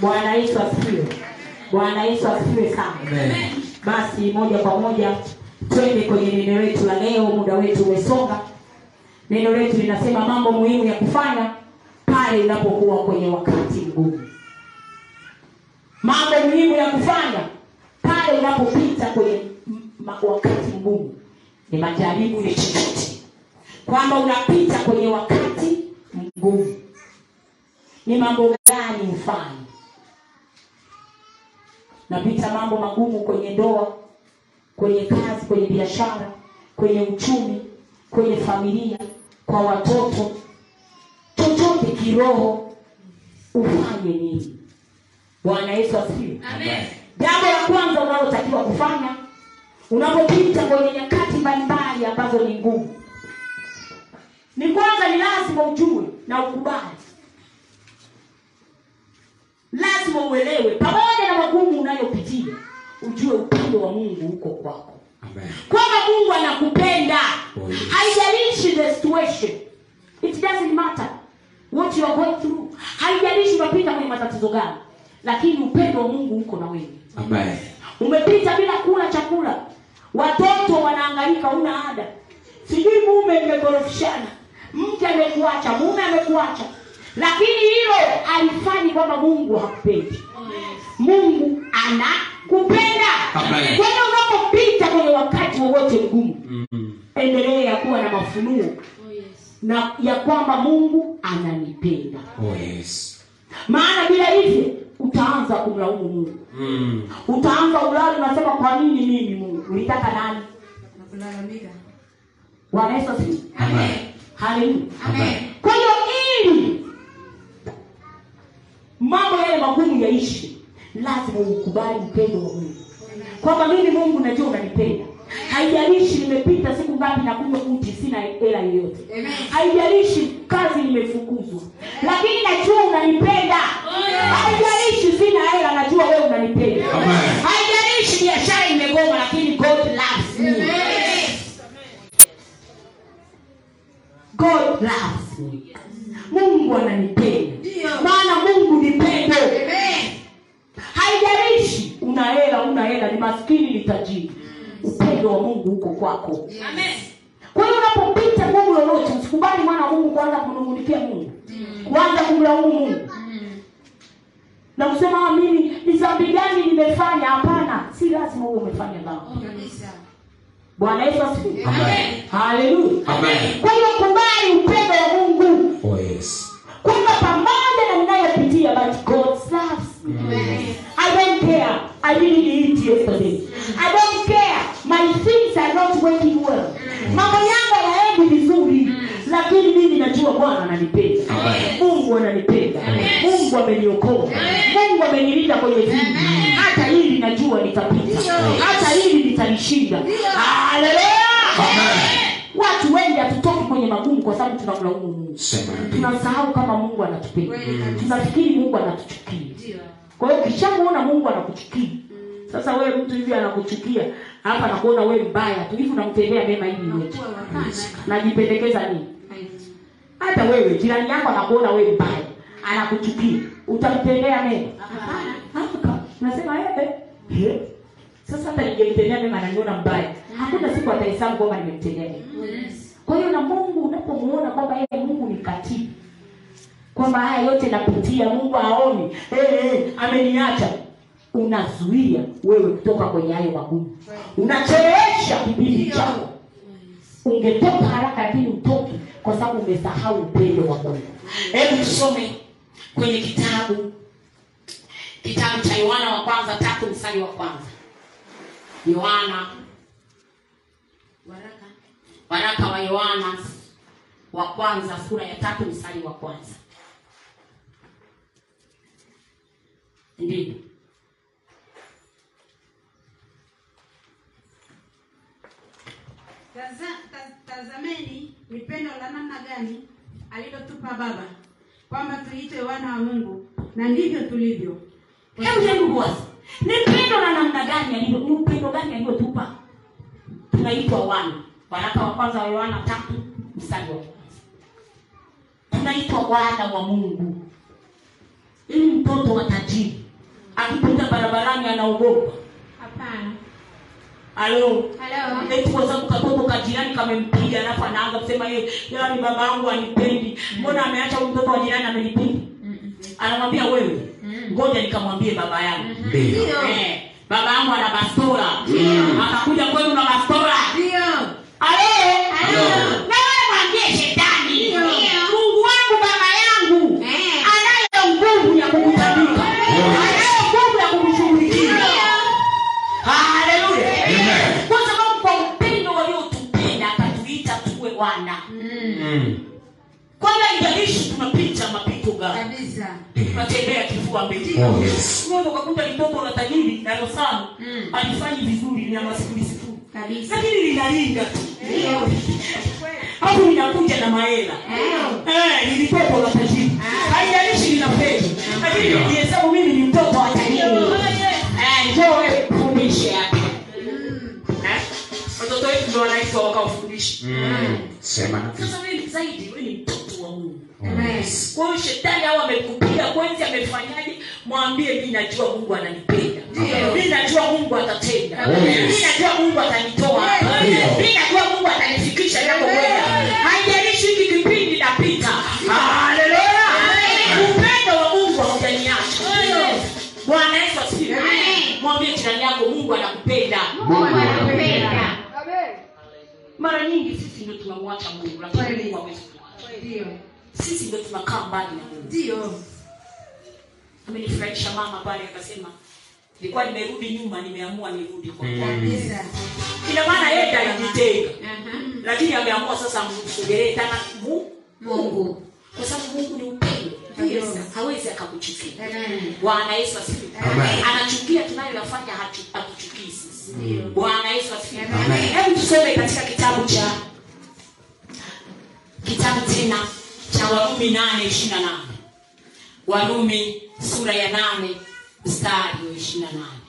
Bwana Yesu asifiwe. Bwana Yesu asifiwe sana. Amen. Basi moja kwa moja twende kwenye neno letu la leo, muda wetu umesonga. Neno letu linasema mambo muhimu ya kufanya pale unapokuwa kwenye wakati mgumu. Mambo muhimu ya kufanya pale unapopita kwenye m- ma- wakati mgumu, ni majaribu, ni chochote, kwamba unapita kwenye wakati mgumu, ni mambo gani ufanye? napita mambo magumu kwenye ndoa kwenye kazi kwenye biashara kwenye uchumi kwenye familia kwa watoto chochote kiroho ufanye nini bwana yesu asifiwe Amen. jambo la kwanza unalotakiwa kufanya unapopita kwenye nyakati mbalimbali ambazo ni ngumu ni kwanza ni lazima ujue na ukubali lazima uelewe pamoja na magumu unayopitia ujue upendo wa mungu uko kwako Amen. kwamba mungu anakupenda Oh, yes. haijalishi the situation it doesn't matter what you are going through haijalishi umepita kwenye matatizo gani lakini upendo wa mungu uko na wewe Amen. umepita bila kula chakula watoto wanaangalika una ada sijui mume mmekorofishana mke amekuacha mume amekuacha lakini hilo alifanyi kwamba mungu hakupendi mungu anakupenda Amen. kwa hiyo unapopita kwenye wakati wowote mgumu Mm. Hum. endelea kuwa na mafunuo na ya kwamba mungu ananipenda Oh, yes. maana bila hivyo utaanza kumlaumu mungu Mm. utaanza ulali unasema kwa nini mimi mungu ulitaka nani bwana yesu asifiwe Amen. haleluya Amen. kwa hiyo ili mambo yale magumu yaishi lazima ukubali upendo wa mungu kwamba mimi mungu najua unanipenda haijalishi nimepita siku ngapi na kunywa uji sina hela yoyote haijalishi kazi nimefukuzwa lakini najua unanipenda haijalishi sina hela najua wewe unanipenda Amen. haijalishi biashara imegoma lakini god loves me god loves me mungu ananipenda Ndio. maana mungu ni pendo haijalishi una hela una hela ni maskini ni tajiri upendo wa mungu uko kwako kwa hiyo unapopita gumu lolote usikubali mwana wa mungu kuanza kumnungunikia mungu kuanza kumlaumu mungu na kusema "Ah, mimi ni zambi gani nimefanya hapana si lazima huwe umefanya dhambi bwana yesu asifiwe Amen. haleluya Amen. kwa hiyo kubali upendo wa mungu Oh, yes. kwamba pamoja na ninayopitia but god loves me. I don't care. I didn't eat yesterday. I don't care. My things are not working well. Mambo yangu hayaendi vizuri, lakini mimi najua Bwana ananipenda. Amen. Mungu ananipenda. Mungu ameniokoa. Mungu amenilinda kwenye dhiki. Hata hili najua nitapita. Hata hili nitalishinda. Haleluya! Watu wengi hatutoki kwenye magumu kwa sababu tunamlaumu Mungu. Sema ndio. Tunasahau kama Mungu anatupenda. Kweli. Tunafikiri Mungu anatuchukia kwa hiyo ukishamuona mungu anakuchukia sasa wewe mtu hivi anakuchukia hapa nakuona wewe mbaya tu hivi unamtendea mema hivi yote najipendekeza nini hata wewe jirani yako anakuona wewe mbaya anakuchukia utamtendea mema Hapana. nasema eh, eh, eh. sasa hata nijemtendea mema ananiona mbaya hakuna siku atahesabu kwamba nimemtendea mema kwa hiyo na mungu unapomuona kwamba yeye mungu ni katibu kwamba haya yote napitia mungu aoni hey, hey, ameniacha unazuia wewe kutoka kwenye hayo magumu unachelewesha kibidi chako ungetoka haraka lakini utoke kwa sababu umesahau upendo wa mungu hebu tusome kwenye kitabu kitabu cha yohana wa kwanza tatu msali wa kwanza yohana waraka wa yohana wa kwanza sura ya tatu mstari wa kwanza ndio Taza- ta- tazameni ni pendo la namna gani alilotupa baba kwamba tuitwe wana wa mungu na ndivyo tulivyo hebu hebu basi ni upendo na namna gani alivyo ni upendo gani aliyotupa tunaitwa wana waraka wa kwanza wa yohana tatu mstari wa kwanza tunaitwa wana wa mungu ili mtoto wa tajiri akipita barabarani anaogopa Hapana. alo Hello. eti kwa sababu katoto kajirani kamempiga alafu anaanza kusema ye yani baba yangu anipendi mbona ameacha huyu mtoto wa jirani amenipendi anamwambia wewe ngoja nikamwambie baba yangu Ndio. Eh, baba yangu ana bastola akakuja kwenu na bastola Ndio. Ale! Alo. na wewe mwambie shetani Ndio. mungu wangu baba yangu Eh. anayo nguvu ya kukutandika anayo nguvu ya kukushughulikia haleluya Amen. kwa sababu kwa upendo waliotupenda akatuita tuwe wana Mm. kwanza ijalishi tunapita mapito gani Kabisa. tunatembea kifua mbele Oh, yes. unaweza ukakuta mtoto la tajiri na losano Mm. alifanyi vizuri na masikuli sikuli Kabisa. lakini linalinga Ndio. hapo linakuja na mahela Eh, ni mtoto la tajiri haijalishi lina pesa lakini nikihesabu mimi ni mtoto wa tajiri Eh, njoo wewe fundishe hapa Eh, watoto wetu ndio wanaitwa wakawafundisha Mm. Sema. sasa wewe ni zaidi wewe ni mtoto wa mungu Oh, yes. kwa hiyo shetani au amekupiga kwenzi amefanyaje mwambie mi najua mungu ananipenda Ndio. mi najua mungu atatenda Oh, yes. mi najua mungu atanitoa hapa. Ndio. mi najua mungu atanifikisha nakokwenda haijalishi hiki kipindi napita haleluya upendo wa mungu haujaniacha bwana yesu asifiwe Amen. mwambie jirani yako mungu anakupenda Mungu anakupenda. mara nyingi sisi ndio tunamwacha mungu lakini Kweli. mungu hawezi kutuacha Ndio. sisi ndio tunakaa mbali na mungu Ndio. amenifurahisha mama pale akasema nilikuwa nimerudi nyuma nimeamua nirudi kwa Mm. Kabisa. Uh-huh. ina maana yeye ndiye alijitenga Aha. lakini ameamua sasa msogelee tena mu Mungu. kwa sababu mungu ni upendo Ndio. hawezi akakuchukia Amen. bwana yesu asifiwe Amen. anachukia tunayoyafanya hachu- hatuchukii sisi Ndio. bwana yesu asifiwe Amen. hebu tusome katika kitabu cha kitabu tena cha warumi nane ishirina nane warumi sura ya nane mstari wa ishirina nane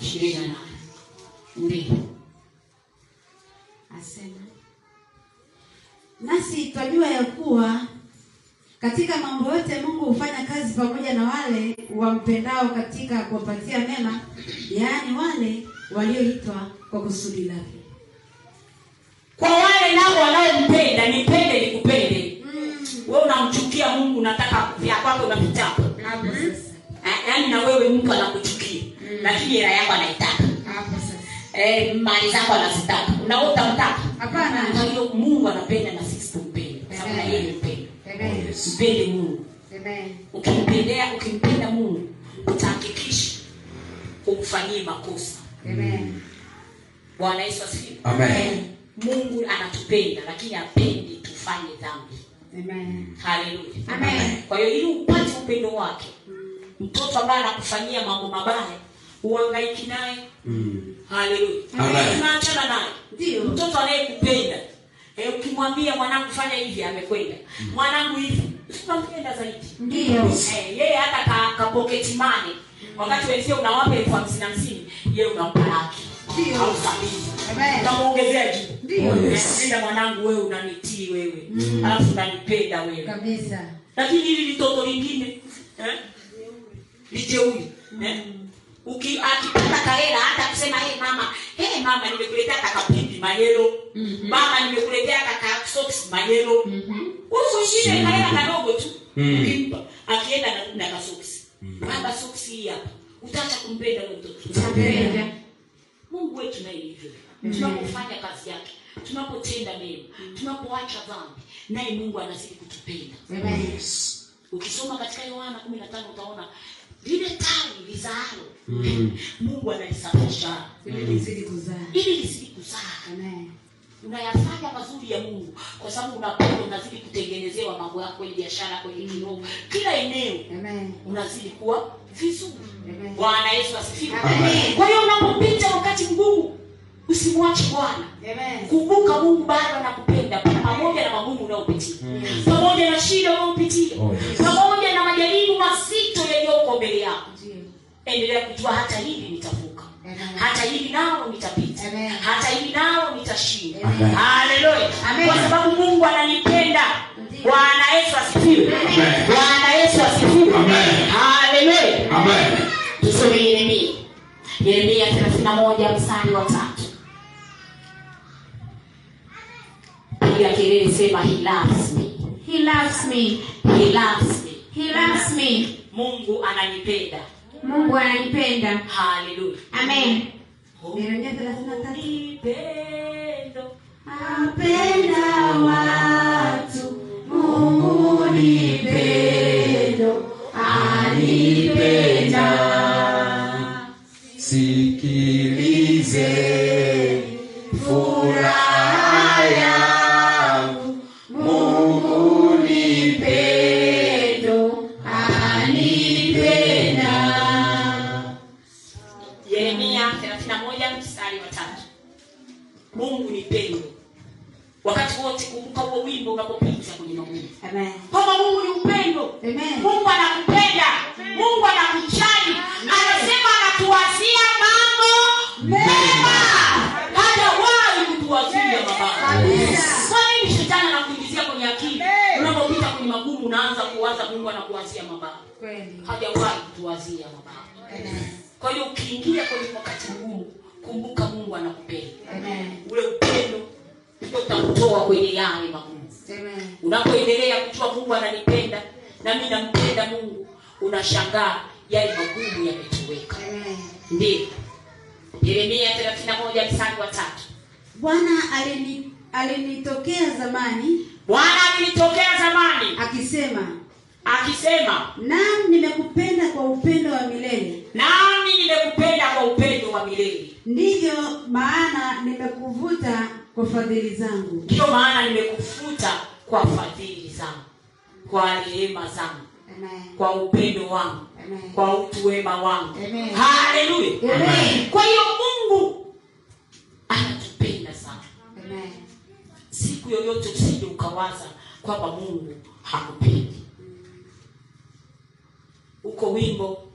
ishirini na nane ndiyo asema nasi twajua ya kuwa katika mambo yote mungu hufanya kazi pamoja na wale wampendao katika kuwapatia mema yaani wale walioitwa kwa kusudi lake kwa wale nao wanaompenda nipende nikupende we unamchukia mungu unataka vya kwake unavitaka hapo sasa Ah, yaani na wewe mtu anakuchukia Mm. lakini hela yako anaitaka hapo sasa eh, mali zako anazitaka na wewe utamtaka Hapana. kwa hiyo mungu anapenda na sisi tumpende kwa sababu na yeye ni upendo Oh, Amen. yes. mpende mungu Amen. ukimpendea ukimpenda mungu utahakikisha umfanyie makosa Amen. bwana yesu asifiwe Amen. mungu anatupenda lakini apendi tufanye dhambi Amen. Haleluya. Amen. kwa hiyo ili upate upendo wake mtoto ambaye anakufanyia mambo mabaya uhangaiki naye Mm. Haleluya. Amen. Unaachana naye Ndio. mtoto anayekupenda e, ukimwambia mwanangu fanya hivi amekwenda Mm. mwanangu hivi unampenda zaidi Ndio. Eh, yeye hata ka, ka pocket money wakati wenzie unawapa elfu hamsini hamsini yeye unampa laki Ndio. au sabini Amen. utamwongezea juu Ndio. Oh, yes. napenda mwanangu wewe unanitii wewe alafu unanipenda wewe kabisa lakini hili litoto lingine eh, lijeuri eh, uki- akipata kahela hata kusema hey mama hey mama nimekuletea kakapimbi mayelo mama nimekuletea kakasoks mayelo huyu mwingine kahela kadogo tu Mm. ukimpa akienda na- na kasoksi baba soksi hii hapa utaacha kumpenda huyo Mm-hmm. mtoto Amen. mungu wetu naye hivyo tunapofanya kazi yake tunapotenda mema tunapoacha dhambi naye mungu anazidi kutupenda Oh, Amen. yes. ukisoma katika yohana kumi na tano utaona lile tawi lizaalo Mm. mungu analisafisha Ili nizidi kuzaa. ili lisidi kuzaa Amen. unayafanya mazuri ya mungu kwa sababu unapoa unazidi kutengenezewa mambo yako kwenye biashara kwenye kiroho kila eneo Amen. unazidi kuwa vizuri Amen. bwana yesu asifiwe Amen. kwa hiyo unapopita wakati mgumu usimwache bwana Amen. kumbuka mungu bado anakupenda pamoja na magumu unayopitia pamoja na shida unayopitia Hmm. Oh, yes. pamoja na majaribu mazito yaliyoko mbele yako Ndio. endelea kujua hata hivi nitavuka Amen. hata hivi nalo nitapita Amen. hata hivi nalo nitashinda Amen. haleluya Amen. kwa sababu mungu ananipenda bwana yesu asifiwe Amen. bwana yesu asifiwe Amen. haleluya Amen. tusome yeremia yeremia thelathini na moja mstari wa tatu piga kelele sema hilasmi He loves me. hilasmi He loves me. mungu ananipenda Mungu ananipenda. haleluya Amen. Yeremia 33. Nipendo. Napenda watu, Mungu ni pendo, anipenda. sikilize furaha yangu mungu ni Pendo, anipenda. yeremia 31 mstari wa tatu mungu ni pendo wakati wote kumbuka huo wimbo unapopita kwenye magumu Amen. kwamba mungu ni upendo Amen. mungu anampenda mungu anamchali anasema anatuwazia mambo mema hajawahi kutuwazia mabaya Kabisa. kwa nini shetani anakuingizia kwenye akili unapopita kwenye magumu unaanza kuwaza mungu anakuwazia mabaya Kweli. hajawahi kutuwazia mabaya Amen. kwa hiyo ukiingia kwenye wakati mgumu kumbuka mungu anakupenda Amen. ule upendo ndio utamtoa kwenye yale magumu Amen. unapoendelea kujua mungu ananipenda na mi nampenda mungu unashangaa yale magumu yametoweka Amen. ndiyo yeremia 31 mstari wa tatu Bwana alini- alinitokea zamani bwana alinitokea zamani akisema, akisema nam nimekupenda kwa upendo wa milele nami nimekupenda kwa upendo wa milele ndivyo maana nimekuvuta kwa fadhili zangu ndiyo maana nimekufuta kwa fadhili zangu kwa rehema zangu Amen. kwa upendo wangu Amen. kwa utu wema wangu Amen. haleluya Amen. kwa hiyo mungu anatupenda sana Amen. siku yoyote usije ukawaza kwamba mungu hakupendi uko wimbo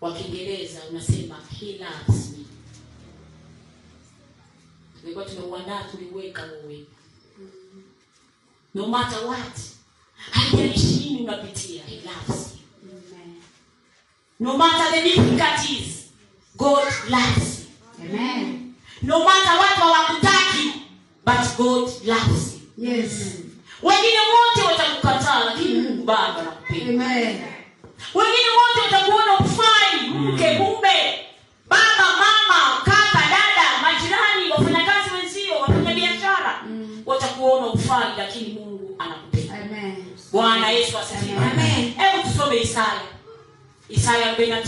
wa kiingereza unasema he loves me tulikuwa tumeuandaa tuliweka huo wimbo no matter what haijalishi nini unapitia he loves you Amen. no matter the difficulties god loves you Amen. no matter watu hawakutaki but god loves you Yes. wengine wote watakukataa lakini mungu baba nakupenda Mm. Amen. wengine wote watakuona ufai mke mume baba mama kaka dada majirani wafanyakazi wenzio wafanya biashara Mm. watakuona ufai lakini mungu anakupenda Amen. bwana yesu asifiwe Amen. hebu tusome isaya isaya 49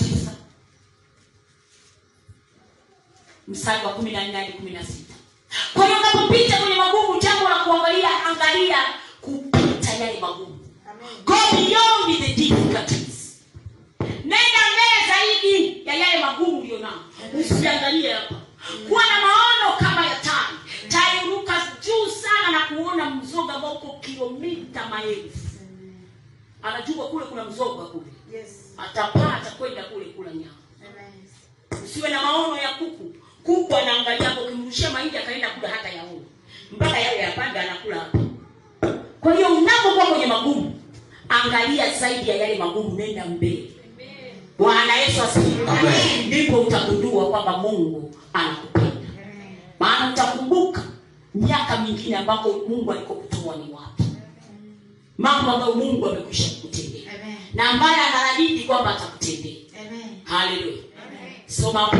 mstari wa 14 hadi 16 kwa hiyo unapopita kwenye magumu jambo la kuangalia angalia kupita yale magumu go beyond the difficulties nenda mbele zaidi ya yale magumu ulionao usiangalie hapa kuwa na maono kama ya tai tai huruka juu sana na kuona mzoga ambao uko kilomita maelfu anajua kule kuna mzoga kule Yes. atapaa atakwenda kule kula nyama Amen. usiwe na maono ya kuku kuku anaangalia hapo ukimrushia mahindi akaenda kula hata yaone mpaka yale yapande anakula hapo kwa hiyo unapokuwa kwenye magumu angalia zaidi ya yale magumu nenda mbele bwana yesu asifiwe Amen. ndipo utagundua kwamba mungu anakupenda maana utakumbuka miaka mingine ambako mungu alikokutoa ni wapi mambo ambayo mungu amekwisha kukutendea Amen. na ambaye anaahidi kwamba atakutendea Amen. haleluya soma hapo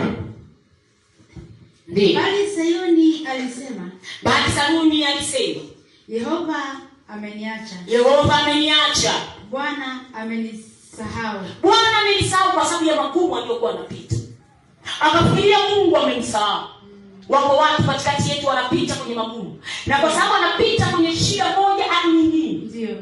ndiyo Bali Sayuni alisema, bali saluni alisema Yehova ameniacha, yehova ameniacha Bwana amenisahau. bwana amenisahau kwa sababu ya magumu aliyokuwa anapita akafikiria mungu amemsahau wako watu katikati yetu wanapita kwenye magumu na kwa sababu anapita kwenye shida moja au nyingine Ndio.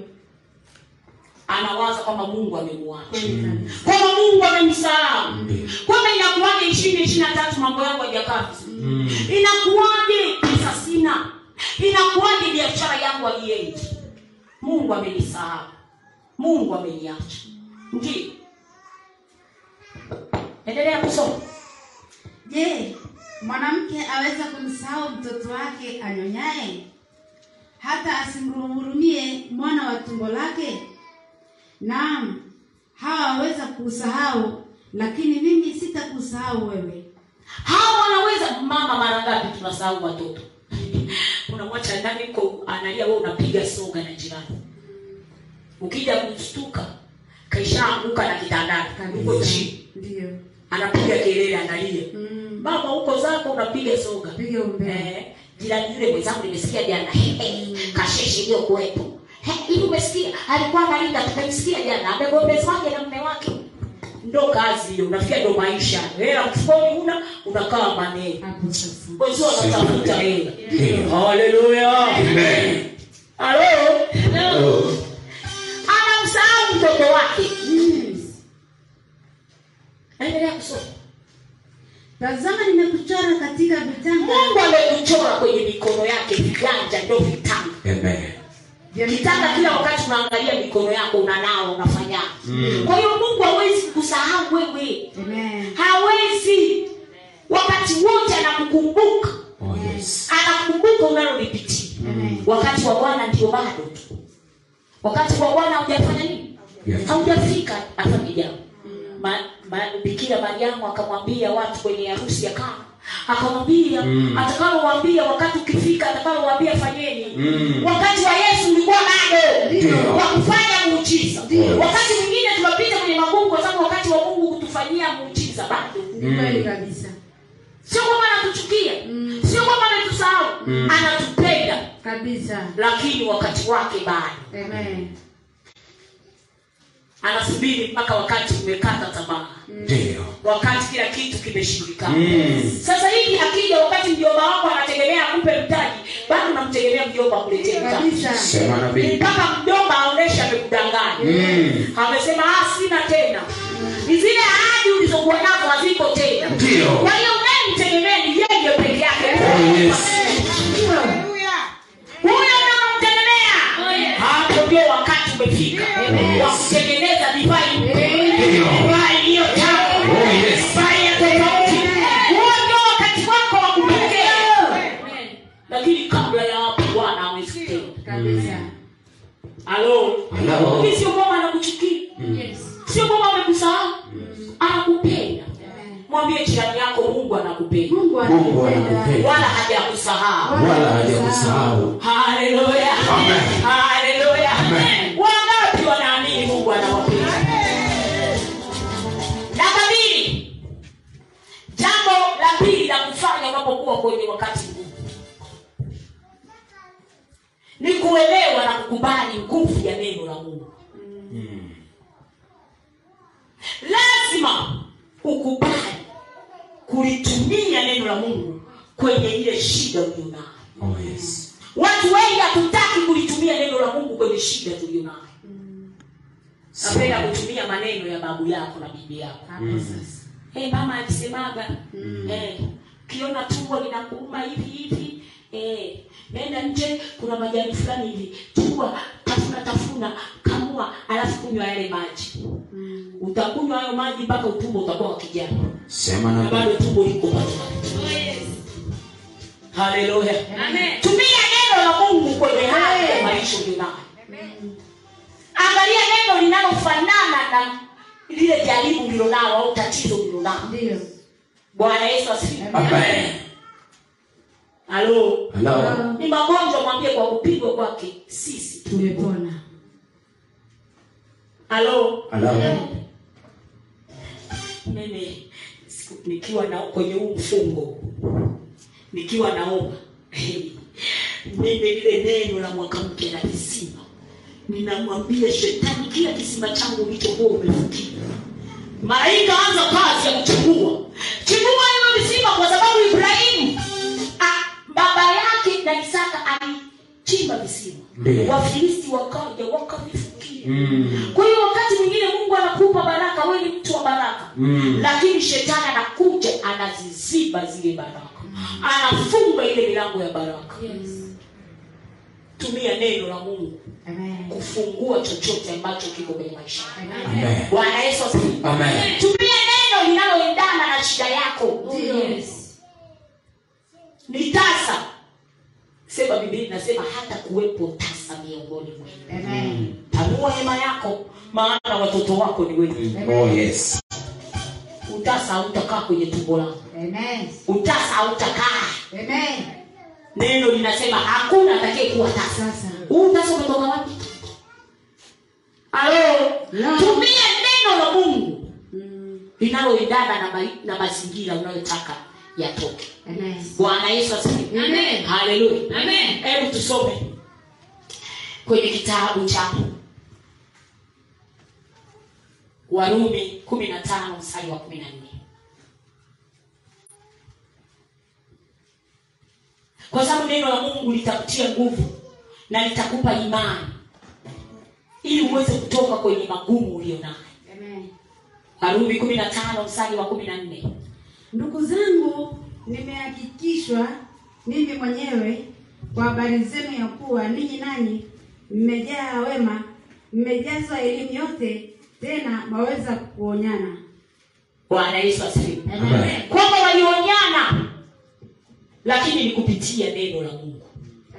anawaza kwamba mungu amemwacha Kweli kabisa. kwamba mungu amemsahau Ndiyo. kwamba inakuwaje ishirini ishiri na tatu mambo yangu hajakaa vizuri inakuwaje pesa sina inakuwaje biashara yangu aliendi mungu amenisahau mungu ameniacha ndio endelea kusoma Je, mwanamke aweza kumsahau mtoto wake anyonyaye hata asimhurumie mwana wa tumbo lake naam hawa waweza kusahau lakini mimi sitakusahau wewe hawa wanaweza mama mara ngapi tunasahau watoto unamwacha ndani ko analia we unapiga soga na jirani ukija kumshtuka kaishaanguka na kitandani uko chini ndiyo anapiga kelele analia mm. baba huko zako unapiga soga piga umbea Eh, jirani yule mwenzangu nimesikia jana Hey, kasheshe iliyokuwepo Hey, hivi umesikia alikuwa analinda tumemsikia jana amegombezi wake na mme wake ndo kazi hiyo unafikia ndo maisha hela mfukoni una unakaa maneno hapo sasa wenzio wanatafuta hela Amen. haleluya halo Oh. anamsahau mtoto wake Mm. endelea kusoma tazama nimekuchora katika vitanga mungu amekuchora kwenye mikono yake viganja ndo vitanga Amen. vya kitanda vitanga. kila wakati unaangalia mikono yako unanao unafanya Mm. kwa hiyo mungu hawezi kusahau wewe Amen. hawezi wakati wote anakukumbuka Oh, yes. anakukumbuka unalolipitia Amen. wakati wa bwana ndio bado tu wakati wa bwana haujafanya nini Yeah. haujafika hata kijao ma, ma, bikira mariamu akamwambia watu kwenye harusi ya kama akamwambia Mm. mm. atakalowambia wakati ukifika atakalowambia fanyeni Mm. wakati wa yesu ulikuwa bado Ndio. wa kufanya muujiza Ndio. wakati mwingine tunapita kwenye magumu kwa sababu wakati wa mungu kutufanyia muujiza bado Ni kweli kabisa. sio kwamba anatuchukia Mm. sio kwamba anatusahau Mm. anatupenda Kabisa. lakini wakati wake bado Amen. anasubiri mpaka wakati umekata tamaa Ndio. wakati kila kitu kimeshindikana Mm. sasa hivi akija wakati mjomba wako anategemea akupe mtaji bado unamtegemea mjomba akuletee mtaji Kabisa. Sema nabii. mpaka mjomba aoneshe amekudanganya Mm. amesema "Ah, sina tena ni zile ahadi ulizokuwa nazo hazipo tena Ndio. kwa hiyo unayemtegemea ni yeye peke yake Oh, yes. huyo Oh, unamtegemea hapo ndio wakati umefika Yes. wa kutengeneza divai Ndio. divai iliyo tamu Oh, yes. divai ya tofauti huo ndio wakati wako wa kupokea lakini kabla ya hapo bwana hawezi kutenda Kabisa. halo Hello. Mimi sio kwamba anakuchukia sio kwamba amekusahau anakupenda mwambie jirani yako mungu anakupenda Mungu Mungu anakupenda. anakupenda. wala hajakusahau Wala hajakusahau. haleluya Amen. haleluya Amen. wangapi wanaamini mungu anawapenda namba mbili jambo la pili la kufanya unapokuwa kwenye wakati mgumu ni kuelewa na kukubali nguvu ya neno la mungu lazima ukubali kulitumia neno la mungu kwenye ile shida ulionayo Oh, yes. watu wengi hatutaki kulitumia neno la mungu kwenye shida tulionayo napenda kutumia maneno ya babu yako na bibi yako Hapo Mm. sasa. hey, mama alisemaga eh, ukiona tumbo linakuuma hivi hivi eh, nenda nje kuna majani fulani hivi chukua tafuna tafuna kamua alafu kunywa yale maji utakunywa hayo maji mpaka utumbo utakuwa wakijana Sema na nabii. bado tumbo liko bado haleluya tumia neno la mungu kwenye haya maisha ulionayo angalia neno linalofanana na lile jaribu ulilonalo au tatizo ulilonalo Ndiyo. bwana yesu asifiwe Amen. halo Hello. ni magonjwa mwambie kwa kupigwa kwake sisi Tumepona. halo Hello. mimi siku- nikiwa na kwenye huu mfungo nikiwa naomba mimi lile neno la mwaka mpya la kisima ninamwambia shetani kila kisima changu ulichokuwa umefukia malaika anza kazi ya kuchukua chukua hivyo visima kwa sababu ibrahimu ah, baba yake na isaka alichimba visima Ndiyo. wafilisti wakaja wakavifukia Mm. kwa hiyo wakati mwingine mungu anakupa baraka wewe ni mtu wa baraka Mm. lakini shetani anakuja anaziziba zile baraka anafunga ile milango ya baraka tumia neno la mungu Amen. kufungua chochote ambacho kiko kwenye maisha yako. Amen. bwana yesu asifiwe. Amen. tumia neno linaloendana na shida yako Ndiyo. ni tasa sema biblia inasema hata kuwepo tasa miongoni mwenu Amen. tanua hema yako maana watoto wako ni wengi Oh yes. utasa hautakaa kwenye tumbo lako Amen. utasa hautakaa Amen. neno linasema hakuna atakaye kuwa tasa Sasa. huu utasa umetoka wapi alo La. tumia neno la mungu Mm. linaloendana na, ma- na mazingira unayotaka yatoke Amen. bwana yesu asifiwe Amen. haleluya Amen. hebu tusome kwenye kitabu cha warumi kumi na tano mstari wa kumi na nne kwa sababu neno la mungu litakutia nguvu na litakupa imani ili uweze kutoka kwenye magumu ulionayo Amen. warumi kumi na tano mstari wa kumi na nne ndugu zangu nimehakikishwa mimi mwenyewe kwa habari zenu ya kuwa ninyi nanyi mmejaa wema mmejazwa elimu yote tena mwaweza kuonyana bwana yesu asifiwe Amen. kwamba walionyana lakini ni kupitia neno la mungu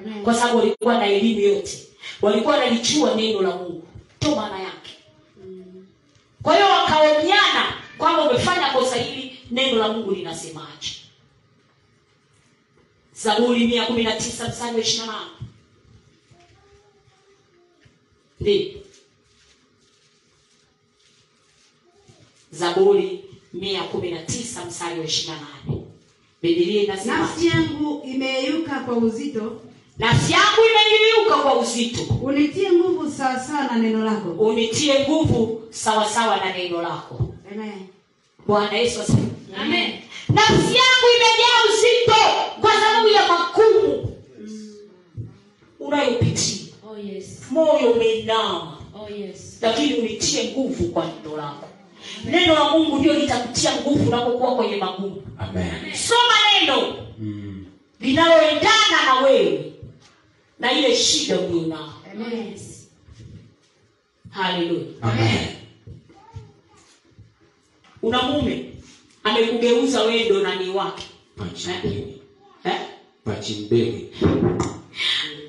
Amen. kwa sababu walikuwa na elimu yote walikuwa wanalichua neno la mungu to maana yake kwa hiyo wakaonyana kwamba umefanya kosa hili neno la mungu linasemaje zaburi mia kumi na tisa mstari wa ishirina nane ndiyo zaburi mia kumi na tisa mstari wa ishirina nane bibilia inasema nafsi yangu imeyeyuka kwa uzito nafsi yangu imeliuka kwa uzito unitie nguvu sawasawa na neno lako unitie nguvu sawasawa na neno lako Amen. bwana yesu asifiwe Amen. nafsi yangu imejaa uzito kwa sababu ya makumu unayopitia Oh yes. moyo umeinama Oh yes. lakini unitie nguvu kwa neno lako neno la mungu ndio litakutia nguvu unapokuwa kwenye magumu Amen. soma neno Mm. linaloendana na wewe na ile shida ulionayo Oh, Amen. haleluya Amen. una mume amekugeuza wewe ndo nani wake Pachimbele. eh? Pachimbele.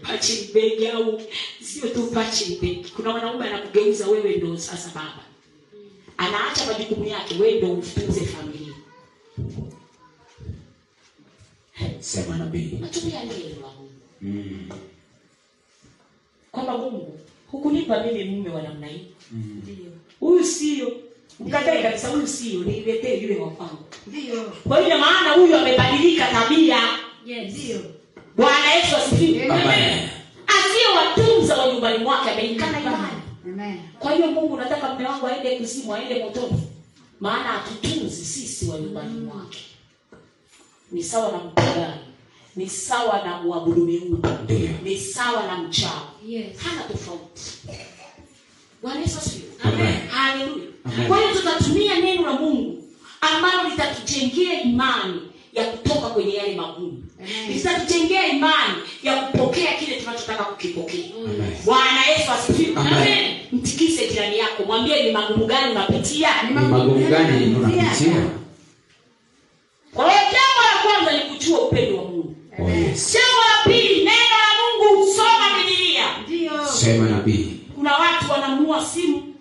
pachi begi au sio tu pachi begi kuna wanaume anakugeuza wewe ndo sasa baba anaacha majukumu yake wewe ndo utunze familia Sema nabii. natumia neno la mungu Mm. kwamba mungu hukunipa mimi mume wa namna hii Mm. huyu sio mkatae kabisa huyu sio niletee yule wa kwangu Ndiyo. kwa hiyo maana huyu amebadilika tabia Yes. bwana yesu asifiwe Amen. asiyewatunza wa nyumbani mwake ameikana imani Amen. kwa hiyo mungu nataka mme wangu aende kuzimu aende motoni maana hatutunzi sisi wa nyumbani mwake ni sawa na mpagani ni sawa na mwabudu miungu Ndiyo. ni sawa na mchawi Yes. hana tofauti bwana yesu asifiwe Amen. haleluya Amen. kwa hiyo tutatumia neno la mungu ambalo litatujengea imani ya kutoka kwenye yale magumu Amen. litatujengea imani ya kupokea kile tunachotaka kukipokea Amen. bwana yesu asifiwe Amen. Amen. mtikise jirani yako mwambie ni magumu gani unapitia Ni Ni magumu gani unapitia? kwa hiyo jambo la kwanza ni kujua upendo wa mungu Oh yes. jambo la pili neno la mungu soma bibilia Ndiyo. Sema nabii. kuna watu wananunua simu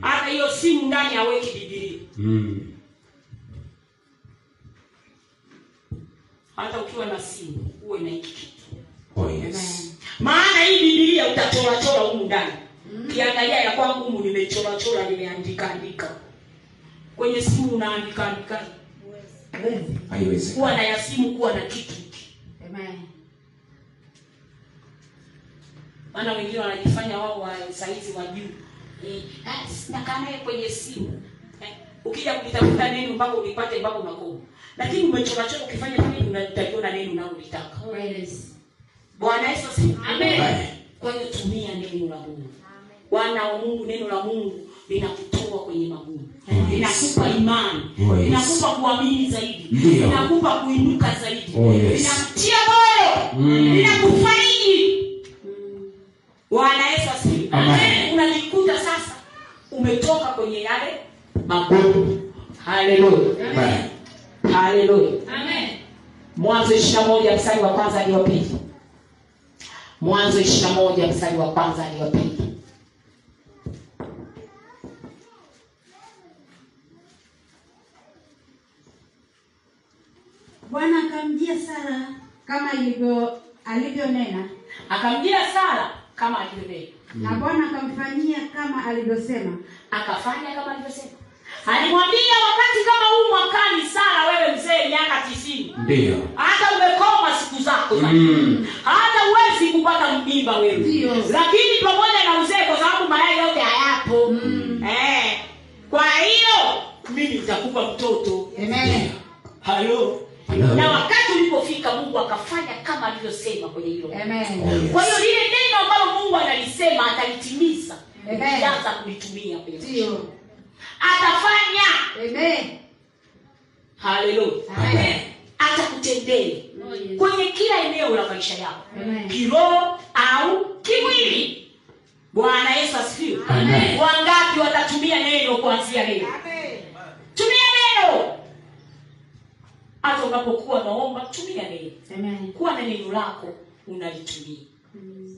hata hiyo simu ndani aweki bibilia Mm. hata ukiwa na simu uwe na hiki kitu Oh yes. maana hii bibilia utachorachora humu ndani ukiangalia ya kwangu humu nimechorachora nimeandika andika kwenye simu unaandika andika kuwa Haiwezekani. na ya simu kuwa na kitu Amen. maana wengine wanajifanya wao wa saizi wa juu Eh, ah, sitakaa naye kwenye simu Eh, ukija kulitafuta neno mpaka ulipate mpaka unakoma lakini umechorachora ukifanya nini unatakiona neno unalolitaka Oh yes. bwana yesu asifiwe. Amen. Amen. kwa hiyo tumia neno la mungu wana wa mungu neno la mungu linakutoa kwenye magumu Yes. linakupa imani Yes. linakupa kuamini zaidi Ndio. linakupa kuinuka zaidi Oh, yes. linakutia moyo Mm. linakufariji Mm. bwana yesu asifiwe. Amen. unajikuta sasa umetoka kwenye yale magumu haleluya Amen. haleluya Amen. mwanzo ishirina moja mstari wa kwanza hadi wa pili mwanzo ishirina moja mstari wa kwanza hadi wa pili bwana akamjia sara kama ilivyo alivyonena akamjia sara kama alivyonena na Mm. bwana akamfanyia kama alivyosema akafanya kama alivyosema alimwambia wakati kama huu mwakani sara wewe mzee miaka tisini ndiyo hata umekoma siku zako za Mm. hata huwezi kupata mimba wewe Ndio. lakini pamoja na uzee kwa sababu mayai yote hayapo eh. kwa hiyo mimi nitakupa mtoto Amen. halo Halo. na wakati ulipofika mungu akafanya kama alivyosema kwenye hilo Oh, Amen. yes. kwa hiyo lile neno ambalo mungu analisema atalitimiza Amen. ukianza kulitumia kwenye maisha. Ndio. atafanya Amen. haleluya Amen. atakutendea Oh, kwenye kila eneo la maisha yako Amen. kiroho au kimwili bwana yesu asifiwe Amen. wangapi watatumia neno kuanzia leo tumia neno hata unapokuwa naomba tumia neno Amen. kuwa na neno lako unalitumia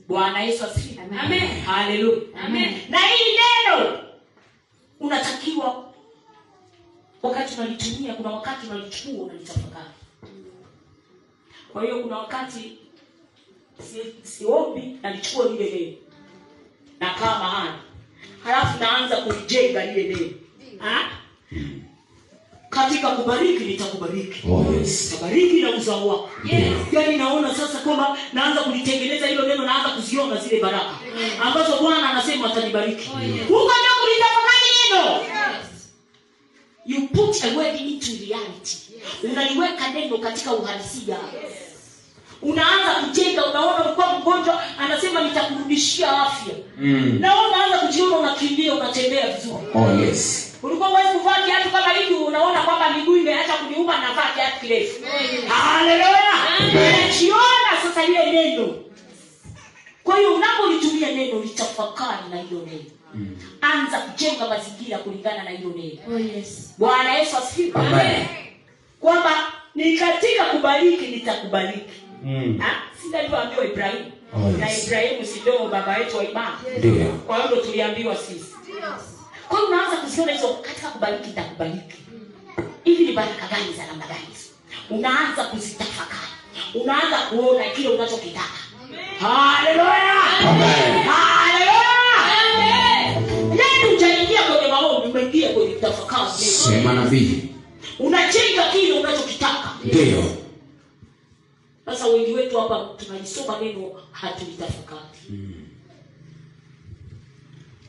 bwana yesu asifiwe Mm. Amen. Amen. haleluya Amen. na hili neno unatakiwa wakati unalitumia kuna wakati unalichukua unalitafakari kwa hiyo kuna wakati si- siombi nalichukua lile neno nakaa mahali halafu naanza kulijenga lile neno Ah? katika kubariki nitakubariki Oh, yes. nitabariki na uzao wako Yes. yaani naona sasa kwamba naanza kulitengeneza hilo neno naanza kuziona zile baraka ambazo bwana anasema atanibariki huko ndio kulitafakari neno you put a word into reality unaliweka neno katika uhalisia unaanza kujenga unaona ulikuwa mgonjwa anasema nitakurudishia afya Mm. na wewe unaanza kujiona unakimbia unatembea vizuri Oh, yes. ulikuwa huwezi kuvaa kiatu kama hivi unaona kwamba miguu imeacha kuniuma navaa kiatu kirefu haleluya unajiona sasa lile neno kwa hiyo unapolitumia neno litafakari na hilo neno Mm. anza kujenga mazingira kulingana na hilo neno Oh, yes. bwana yesu asifiwe Amen. kwamba ni katika kubariki nitakubariki Mm. Ah, si ndio alivyoambiwa ibrahimu Oh, yes. na ibrahimu si ndio baba yetu wa imani ndiyo kwa hiyo ndo tuliambiwa sisi kwa hiyo unaanza kuziona hizo katika kubariki nitakubariki hivi ni baraka gani za namna gani hizo? unaanza kuzitafakari unaanza kuona kile unachokitaka haleluya Amen. haleluya yani ujaingia Yaani kwenye maombi umeingia kwenye tafakari sema nabii unajenga kile unachokitaka ndiyo sasa wengi wetu hapa tunalisoma neno hatulitafakari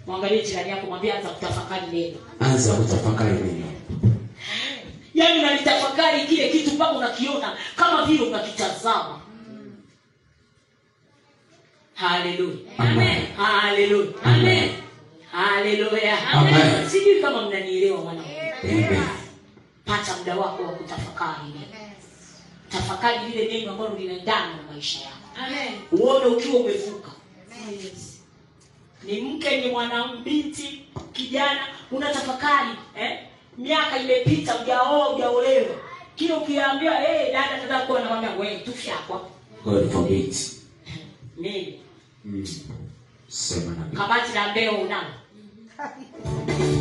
mwangalie jirani yako mwambie anza kutafakari neno anza kutafakari neno yaani unalitafakari kile kitu mpaka unakiona kama vile unakitazama haleluya Amen. haleluya Amen. haleluya Amen. sijui kama mnanielewa mwanangu Amen. pata muda wako wa kutafakari neno tafakari lile neno ambalo linaendana na maisha yako Oh, Amen. uone ukiwa umevuka Oh, yes. ni mke ni mwanambinti kijana unatafakari eh? miaka imepita ujaoa ujaolewa kila ukiambiwa hey, dada tatakuwa nakwambia we tufyakwa god forbid mimi Mm. sema nabii kabati la mbeo unao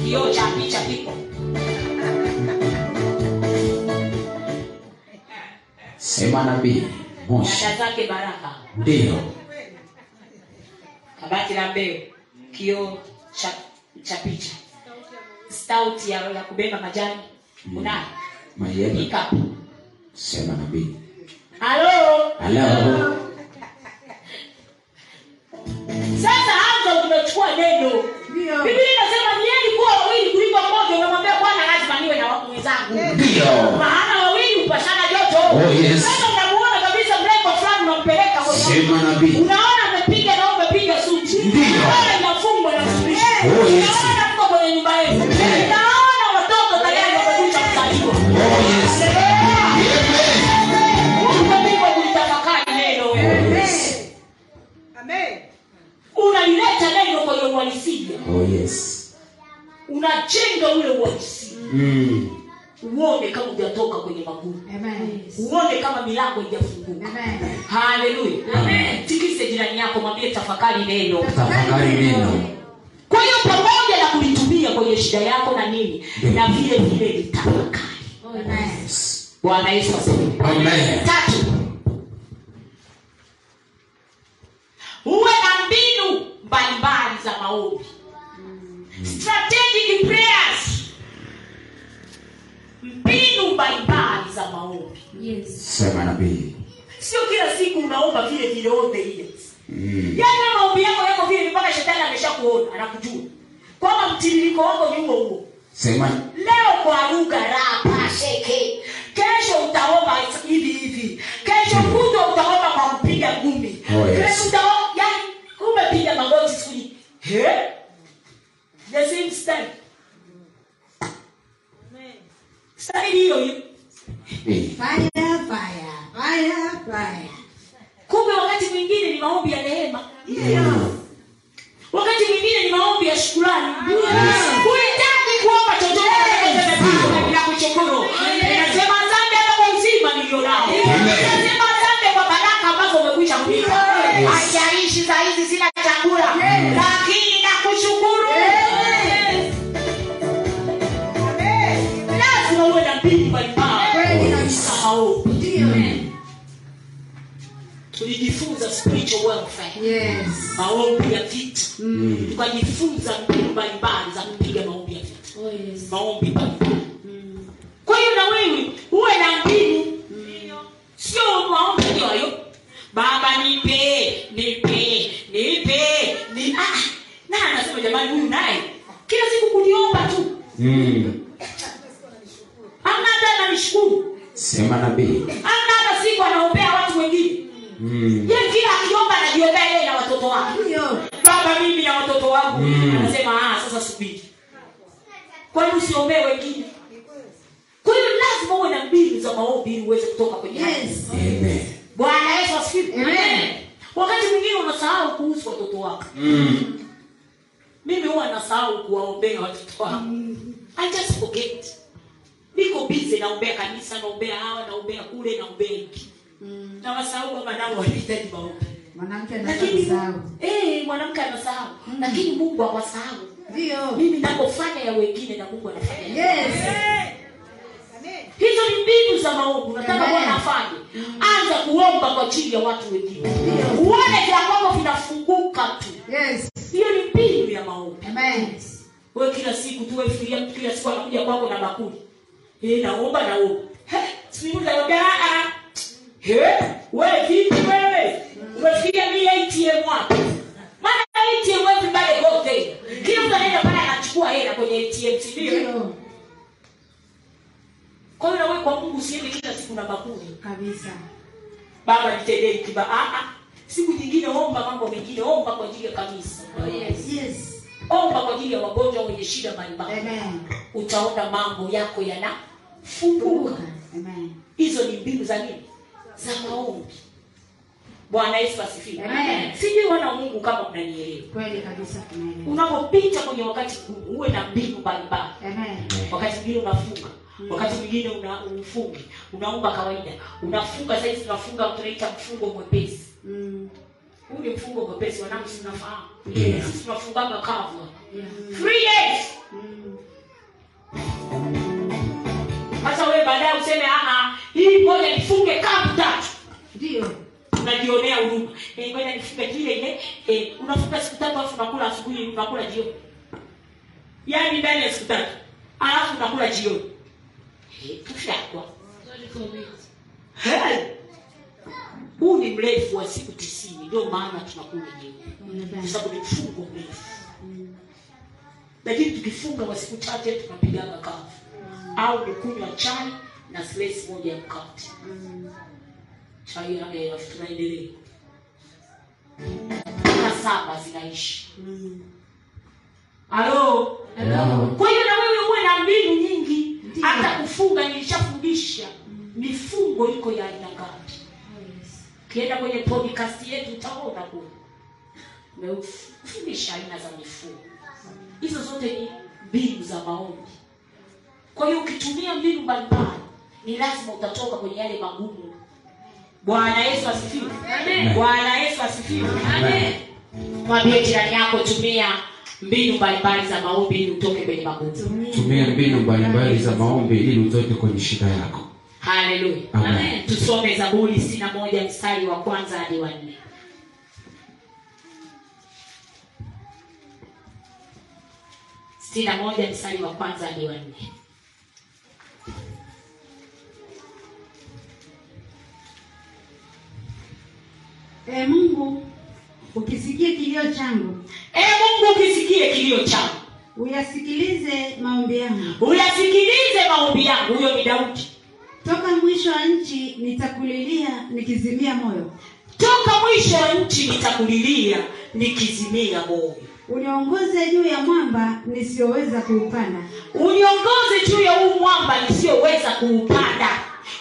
kioo cha picha kipo sema nabii moshi dada zake baraka ndiyo kabati la mbeo kioo cha, cha picha stauti ya, ya kubeba majani unayo mayeni Pickup. sema nabii halo halo sasa anza unachukua neno Ndio. biblia inasema nieni kuwa wawili kuliko mmoja unamwambia bwana lazima niwe na mwenzangu ndiyo maana wawili upashana joto Oh, yes. sasa unamuona kabisa mrembo fulani unampeleka kwa- Sema nabii. unaona amepiga na wewe umepiga suti Ndio. unaona inafungwa na kusulisha Oh, yes. unaona mko kwenye nyumba yenu unaona watoto tayari wamekuja kuzaliwa oh yes Unapigwa kulitafakari neno wewe yes unalileta neno kwenye uhalisia oh yes unajenga ule uhalisia mm. uone kama hujatoka kwenye magumu Oh, Amen. uone kama milango haijafunguka Amen. haleluya tikise jirani yako yako mwambie tafakari neno tafakari neno kwa hiyo pamoja na kulitumia kwenye shida yako na nini Ndio. na vile vile ni tafakari Oh, Yes. bwana yesu asifiwe Amen. tatu uwe na mbinu mbalimbali za maombi strategic prayers mbinu mbalimbali za maombi Yes. sema nabii sio kila siku unaomba vile vile ombe ile Mm. yaani wewe maombi yako yako vile vile mpaka shetani ameshakuona anakujua kwamba mtiririko wako ni huo huo sema leo kwa lugha rapa sheke kesho utaomba hivi hivi kesho kuto utaomba kwa kupiga gumi Oh, yes. Kesho utaomba yani umepiga magoti siku nyingi He? the same style style hiyo hiyo nabii fire fire fire fire kumbe wakati mwingine ni maombi ya rehema Mm. wakati mwingine ni maombi ya shukrani huhitaji kuomba chochote bila kushukuru inasema asante hata kwa uzima nilionao inasema asante kwa baraka ambazo umekwisha kunipa hajaishi saa hizi sina chakula lakini nakushukuru lazima uwe na mbili mbalimbali kweli za kabisa Oh, maombi ndio tulijifunza spiritual welfare Mm. yes maombi ya vita Mm. tukajifunza mbinu mbalimbali za kupiga maombi ya vita oh yes maombi mbalimbali kwa hiyo na wewe uwe na mbinu sio maombi ndio hayo baba nipe nipe nipe ni ah, na anasema jamani huyu naye kila siku kuliomba tu Mm. amna hata ananishukuru sema nabii amna hata siku anaombea watu wengine Mm. ye kila akiomba anajiombea yeye na watoto wake ndio baba mimi na watoto wangu Mm. anasema ah sasa subiri kwani usiombee wengine kwa hiyo lazima uwe na mbinu za maombi ili uweze kutoka kwenye hali yes Amen. bwana yesu asifiwe Amen. wakati mwingine unasahau kuhusu watoto wako Mm. mimi huwa nasahau kuwaombea watoto wangu i just forget niko busy naombea kanisa naombea hawa naombea kule naombea hiki na wasahau kwamba nao wanahitaji maombi mwanamke lakini anasahau Mm. eh, mwanamke anasahau lakini mungu hawasahau ndio mimi napofanya ya wengine na mungu anafanya ya yes hizo ni mbinu za maombi nataka Amen. bwana afanye Mm. anza kuomba kwa ajili ya watu wengine uone vya kwako vinafunguka tu yes hiyo ni mbinu ya maombi amen we kila siku tu wewe fikiria mtu kila siku anakuja kwako na bakuli Eh, naomba naomba simuzaogaa wewe vipi wewe umefikiria mi atm wapi maana atm everybody go there kila mtu anaenda pale anachukua hela kwenye atm si ndio ndio kwa hiyo nawe kwa mungu usiende kila siku na bakuli kabisa baba nitendee kiba ah ah siku nyingine omba mambo mengine omba kwa ajili ya kanisa Oh, yes Eh. omba kwa ajili ya wagonjwa wenye shida mbalimbali amen utaona mambo yako yanafunguka amen hizo ni mbinu za nini za maombi bwana yesu asifiwe Amen. sijui wana wa mungu kama unanielewa kweli kabisa tunaelewa unapopita kwenye wakati mgumu uwe na mbinu mbalimbali amen wakati mwingine unafunga wakati mwingine una ufungi unaomba kawaida unafunga saizi tunafunga tunaita mfungo mwepesi mm huu ni mfungo mwepesi wanangu si mnafahamu Yeah. sisi tunafunganga kavu yeah three days mm sasa wewe baadaye useme aha hii ngoja nifunge kavu tatu ndio unajionea huruma Eh, ngoja nifunge kile ile Eh, unafunga siku tatu alafu unakula asubuhi unakula jioni yaani ndani ya siku tatu alafu unakula jioni Eh, tushakwa Hey! huu ni mrefu wa siku tisini ndio maana tunakula jioni kwa unadai sababu ni mfungo mrefu lakini tukifunga kwa siku chache tunapigaga kavu au ni kunywa chai na slesi moja ya mkate chai yale ya- eh, tunaendelea na saba zinaishi Mm, halo kwa hiyo na wewe uwe na mbinu nyingi Ndiyo. hata kufunga nilishafundisha mifungo iko ya aina ngapi ukienda kwenye podcast yetu utaona kule mefundisha aina za mifugo hizo zote ni mbinu za maombi kwa hiyo ukitumia mbinu mbalimbali ni lazima utatoka kwenye yale magumu bwana yesu asifiwe Amen. bwana yesu asifiwe Amen. mwambie jirani yako tumia mbinu mbalimbali za maombi ili utoke kwenye magonjwa tumia mbinu mbalimbali za maombi ili utoke kwenye shida yako haleluya Amen. tusome zaburi sina moja mstari wa kwanza hadi wa nne sina moja mstari wa kwanza hadi wa nne e mungu ukisikie kilio changu e mungu ukisikie kilio changu uyasikilize maombi yangu uyasikilize maombi yangu huyo ni daudi toka mwisho wa nchi nitakulilia nikizimia moyo toka mwisho wa nchi nitakulilia nikizimia moyo uniongoze juu ya mwamba nisiyoweza kuupanda uniongoze juu ya huu mwamba nisiyoweza kuupanda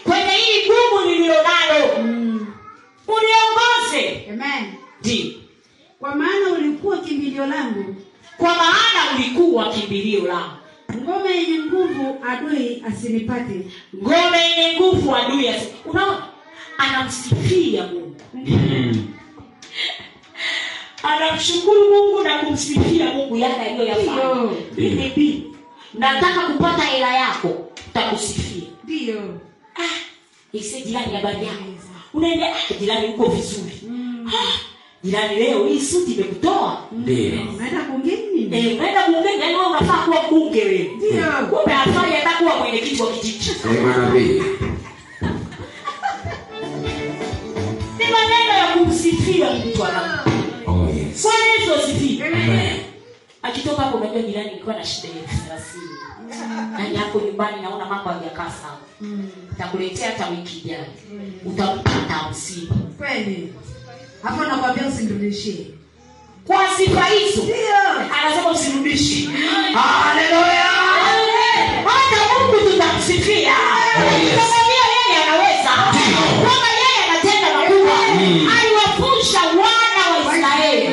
kwenye hili gumu nililonalo mm. uniongoze amen ndiyo kwa maana ulikuwa kimbilio langu kwa maana ulikuwa kimbilio langu ngome yenye nguvu adui asinipate ngome yenye nguvu adui asi- unaona anamsifia mungu mm. anamshukuru mungu na kumsifia mungu yale aliyoyafanya Ndiyo. bibibi nataka kupata hela yako takusifia ndiyo ah, ise jirani habari yako unaendea ah, jirani uko vizuri Mm. ah, jirani leo hii suti imekutoa Ndiyo. unaenda kungeni Eh, unaenda bungeni yani wewe unafaa kuwa mbunge wewe ndiyo kumbe hafai hata kuwa mwenyekiti wa kijiji sema nabii ni maneno ya kumsifia mtu wa Mungu. oh yes Bwana Yesu asifiwe. Amen. akitoka hapo unajua jirani nilikuwa na shida ya elfu thelathini nani hapo nyumbani naona mambo hayajakaa sawa Mm. takuletea hata wiki ijayo utampata hamsini kweli hapo nakwambia usinirudishie kwa sifa hizo ndiyo anasema usirudishi haleluya hata mungu tutamsifia tukamwambia yeye anaweza kwamba yeye anatenda makubwa aliwafusha wana wa israeli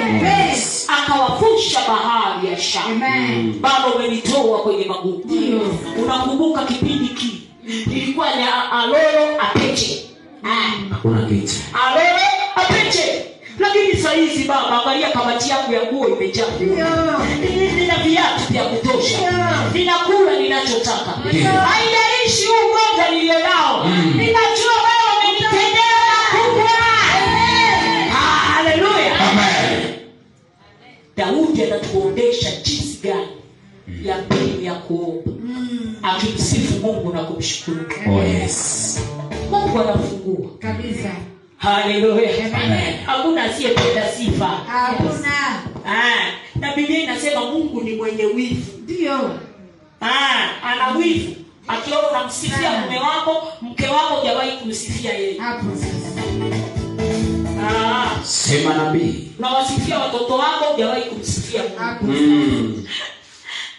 Yes. akawafusha bahari ya shamu amen baba umenitoa kwenye magumu Ndio. unakumbuka kipindi ki ilikuwa ni a- alolo apeche Ah, hakuna kitu alolo apeche lakini sahizi baba angalia kamati yangu ya nguo imejaa ndiyo Ni- nina viatu vya kutosha ninakula ninachotaka haidarishi huu ugonjwa nilionao ninajua wewe umenitendea makubwa haleluya daudi anatuonyesha jinsi gani ya mbinu ya kuomba Mm. akimsifu mungu na kumshukuru oh yes mungu anafungua kabisa haleluya hakuna asiyependa sifa hakuna Ah, na biblia inasema mungu ni mwenye wivu ndiyo Ah, ana wivu akiwa unamsifia mume wako mke wako hujawahi kumsifia yeye hapo sasa Ah, sema nabii unawasifia watoto wako hujawahi kumsifia mungu hapo mm.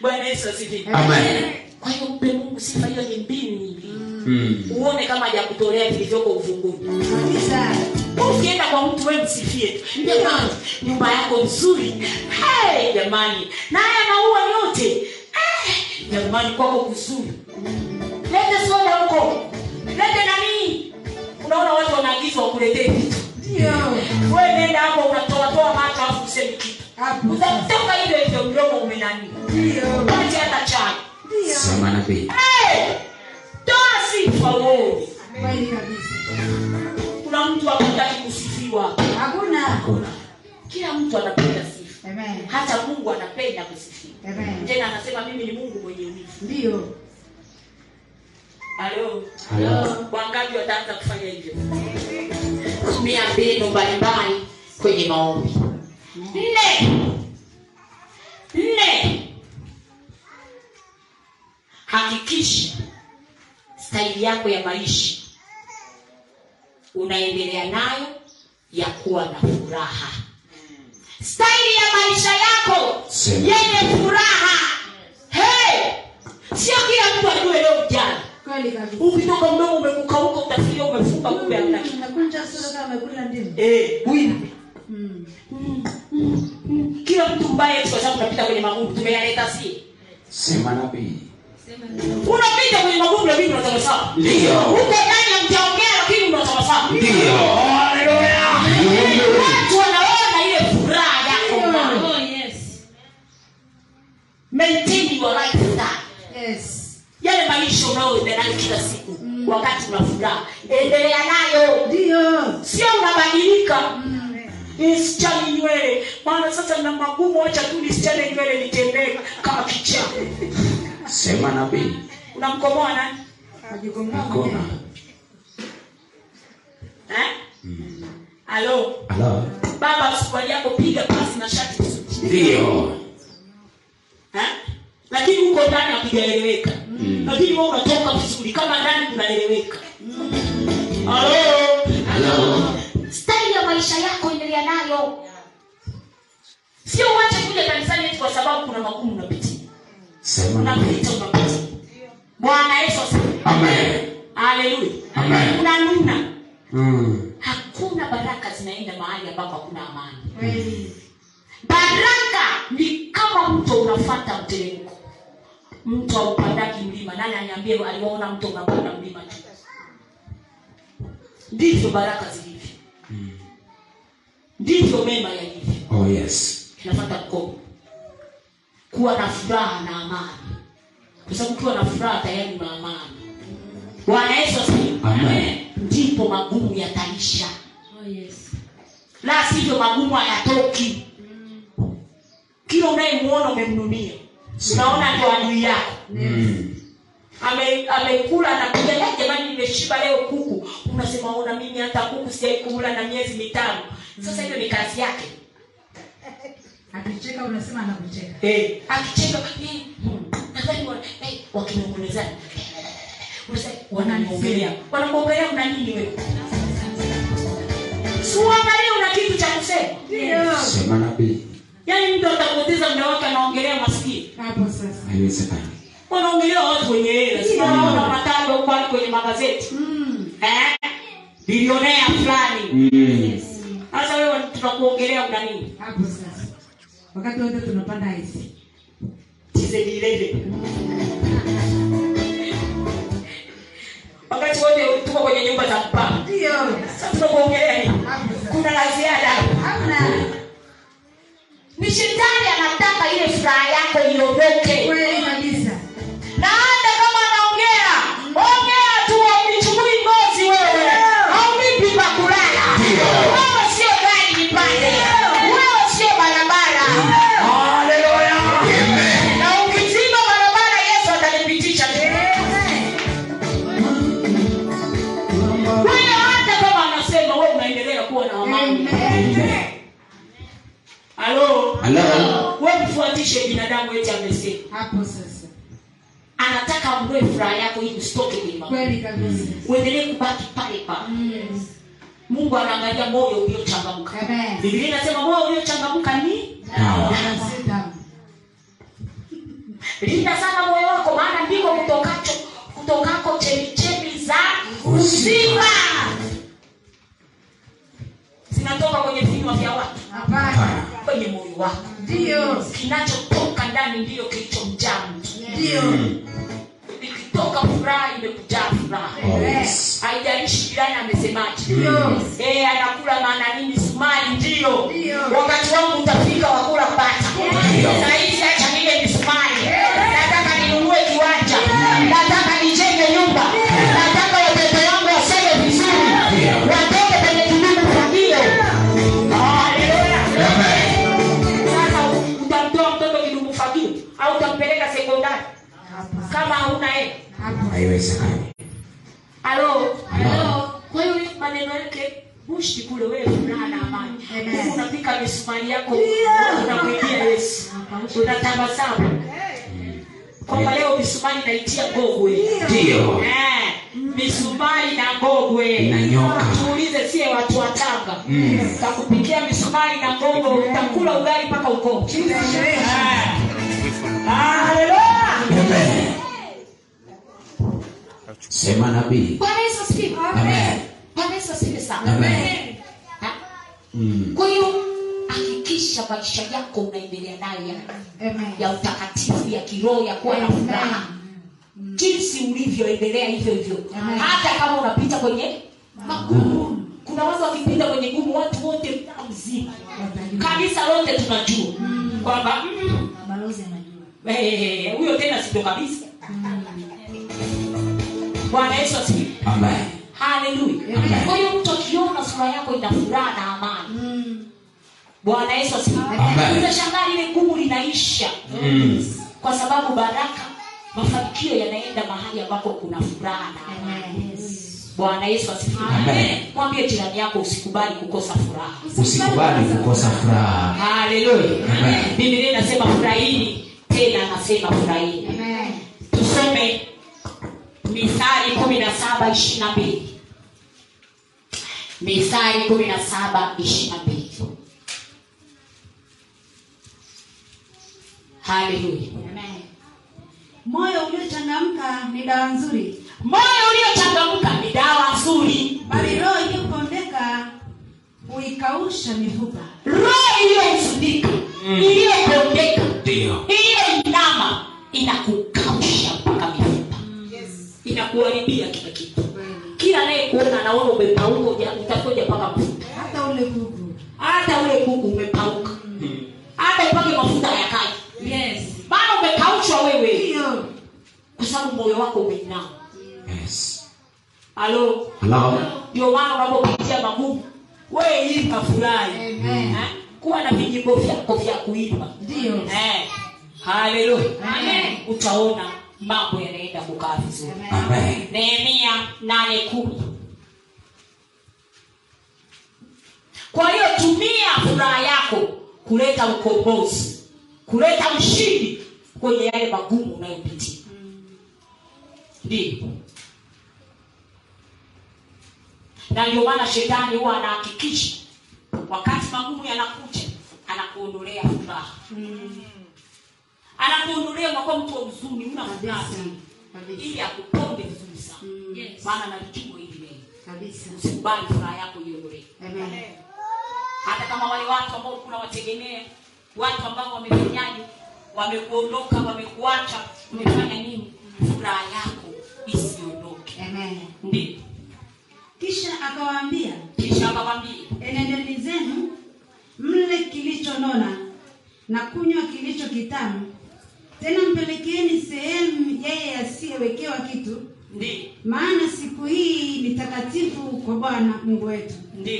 bwana yesu asifiwe Amen. kwa hiyo mpe mungu sifa hiyo ni mbinu nyingine Mm. uone kama hajakutolea vilivyoko uvunguni kabisa ukienda kwa mtu we msifie tu Jamani, nyumba yako nzuri hey, jamani na haya maua yote hey, jamani kwako kuzuri lete soda huko lete nanii unaona watu wanaagizwa wakuletee vitu ndiyo we nenda hapo unatoatoa macho afu usemi kitu hapo sasa utatoka hivyo hivyo mdomo umenani ndiyo pati hata chai ndiyo sema nabii hey, toa sifa wewe kweli kabisa kuna mtu akutaki kusifiwa hakuna hakuna kila mtu anapenda sifa amen hata mungu anapenda kusifiwa amen tena anasema mimi ni mungu mwenye wivu ndiyo halo Halo. wangapi wataanza kufanya hivyo tumia mbinu mbalimbali kwenye maombi nne nne hakikisha staili yako ya maisha unaendelea nayo ya kuwa na furaha staili ya maisha yako Sema. yenye furaha hey! sio kila mtu ajue leo mjana kweli kabisa ukitoka mdomo umekukauka utafikia umefunga kumbe hamna kitu. nakunja sura kama amekula ndimu Eh, wivu. Mm. Mm, mm, mm. kila mtu mbaya kwa sababu unapita kwenye magumu tumeyaleta si sema nabii unapita kwenye magumu lakini unatabasamu Ndio. uko ndani ya mjaongea lakini unatabasamu Ndiyo. Oh, haleluya Ndiyo. watu wanaona ile furaha yako mama. Oh, yes. maintain your lifestyle Yes. yale maisha unayoenda nayo kila siku wakati una furaha endelea nayo Ndiyo. sio unabadilika nisichane nywele maana sasa na magumu wacha tu nisichane nywele nitembee kama kichaa sema nabii unamkomoa nani hakuna eh? alo Ala. baba suruali yako piga pasi na shati vizuri ndiyo eh? lakini huko ndani hakujaeleweka Mm. lakini wewe unatoka vizuri kama ndani kunaeleweka alo Ala. staili ya maisha yako endelea nayo sio uache kuja kanisani eti kwa sababu kuna magumu unapitia sema nabii unapita unapita bwana yesu asifiwe. amen haleluya Amen. unanuna Mm. hakuna baraka zinaenda mahali ambapo hakuna amani Kweli. baraka ni kama mto unafata mteremko mto aupandaki mlima nani anyambie aliwaona mto unapanda mlima tu ndivyo baraka zilivyo Hmm. ndivyo mema yalivyo oh yes napata mkopo kuwa na furaha na amani kwa sababu ukiwa na furaha tayari una amani bwana yesu asifiwe. Amen. ndipo magumu yataisha la sivyo magumu hayatoki kila unayemuona umemnunia unaona ndio adui yako Iya. Mm. Ame- amekula anapiga "Ya, jamani nimeshiba leo kuku unasema ona mimi hata kuku sijai kula na miezi mitano sasa hiyo ni kazi yake Akicheka unasema anakucheka. Eh, akicheka eh, hmm, nadhani wana- eh, wakinong'onezana Unasema, wananiongelea wanakuongelea una nini wewe siuangalie una kitu cha kusema Ndiyo. sema nabii yaani mtu atakupoteza muda wake anaongelea maskini Hapo sasa. haiwezekani wanaongelea watu wenye hela si wanaona matajwa huko hadi kwenye magazeti Mm. eh? bilionea fulani Mm. sasa wewe tunakuongelea una nini Hapo sasa. Wakati wote tunapanda ice. tizelilele wakati wote tuko kwenye nyumba za mpango Ndiyo. Sasa tunakuongelea nini? kuna la ziada Hamna. ni shetani anataka ile furaha yako iondoke Kweli kabisa. na hata kama anaongea ongea tu aumichukui ngozi wewe aumipi pa kulala wewe sio gari nipande wewe sio barabara Haleluya. na ukiziba barabara yesu atanipitisha kwa hiyo hata kama anasema wewe unaendelea kuwa na amani Amen. halo Halo. wewe mfuatishe binadamu eti amesema Hapo sasa. anataka amdoe furaha yako ili usitoke kwenye mambo Kweli kabisa. uendelee kubaki pale pale Mm. mungu anaangalia moyo uliochangamka Amen. bibilia inasema moyo uliochangamka ni Dawa. Sita. linda sana moyo wako maana ndiko kutokacho kutokako chemichemi za Uzima. uzima zinatoka kwenye vinywa vya watu Hapana. kwenye moyo wako Ndiyo. kinachotoka ndani ndiyo kilichomjaa mtu Ndiyo. Mm. ikitoka furaha imekujaa furaha Oh yes. haijalishi jirani amesemaje Mm. Ndiyo. Eh, anakula maana nini sumari ndio Ndio. wakati wangu utafika wakula pata Ndio. sahizi acha nile ni sumari nataka ninunue kiwanja nataka nijenge nyumba nataka watoto wangu wasome vizuri Ndio. watoke kwenye kilimo cha hiyo Haleluya. Amen. sasa utamtoa mtoto kidumu fagio au utampeleka sekondari kama hauna hela Hapo. haiwezekani Halo. Halo. Kwa hiyo hiyo maneno yake bushti kule wewe furaha na amani. Amen. Huku unapika misumari yako Ndio. unamwambia Yesu. Unatabasamu. Kwamba leo misumari naitia ngogwe. Ndio. Eh, misumari na ngogwe. Inanyoka. Tuulize sie watu wa Tanga. Mm. Takupikia misumari na ngogwe utakula ugali mpaka ukoke. Eh. Haleluya. Iya. Amen. sema nabii Bwana Yesu asifiwe. Amen. Bwana Yesu asifiwe sana. Amen. Ha? Mm. kwa hiyo hakikisha maisha yako unaendelea nayo ya- Amen. ya utakatifu ya kiroho ya kuwa na furaha jinsi ulivyoendelea hivyo hivyo Amen. hata kama unapita kwenye gumu kuna watu wakipita kwenye gumu watu wote mtaa mzima kabisa lote tunajua kwamba mm, mabalozi anajua eh, huyo tena sivyo kabisa bwana yesu asifiwe ambaye haleluya Amen. kwa hiyo mtu akiona sura yako ina furaha na amani Mm. bwana yesu asifiwe Amen. utashangaa lile gumu linaisha kwa sababu baraka mafanikio yanaenda mahali ambako kuna furaha na amani bwana yesu asifiwe Amen. mwambie jirani yako usikubali kukosa furaha usikubali kukosa furaha haleluya Amen. biblia inasema furahini tena anasema furahini tusome mithali kumi na saba ishiri na mbili mithali kumi na saba ishiri na mbili haleluya moyo uliochangamka ni dawa nzuri moyo uliochangamka ni dawa nzuri bali roho iliyopondeka huikausha mifupa roho iliyohuzunika iliyopondeka ndio hiyo nyama inakukausha mpaka mifupa inakuharibia kila kitu kila anayekuona anaona umepauka uja- utakuja mpaka mfupa hata ule kuku hata ule kuku umepauka hata upake mafuta hayakai maana umekaushwa wewe Ndio. kwa sababu moyo wako umeinama yes halo hello ndio maana unapopitia magumu wee imba furahi Amen. Eh? kuwa na vijimbo vyako vya kuimba Ndio. Eh. haleluya Amen. utaona mambo yanaenda kukaa vizuri ambaye nehemia nane kumi kwa hiyo tumia furaha yako kuleta ukombozi kuleta ushindi kwenye yale magumu unayopitia ndio na ndio maana shetani huwa anahakikisha wakati magumu yanakuja anakuondolea furaha anakuondolea unakuwa mtu wa huzuni una furaha Kabisa. sana Kabisa. ili akuponde vizuri sana Yes. maana nalijua hivi leo kabisa usikubali furaha yako iondolee Amen. hata kama wale watu ambao kuna wategemea watu ambao wamefanyaje wamekuondoka wamekuacha umefanya nini furaha yako isiondoke Amen. ndio kisha akawaambia kisha akawambia enendeni zenu mle kilichonona na kunywa kilicho kitamu tena mpelekeeni sehemu yeye asiyewekewa kitu ndio maana siku hii ni takatifu kwa bwana mungu wetu ndio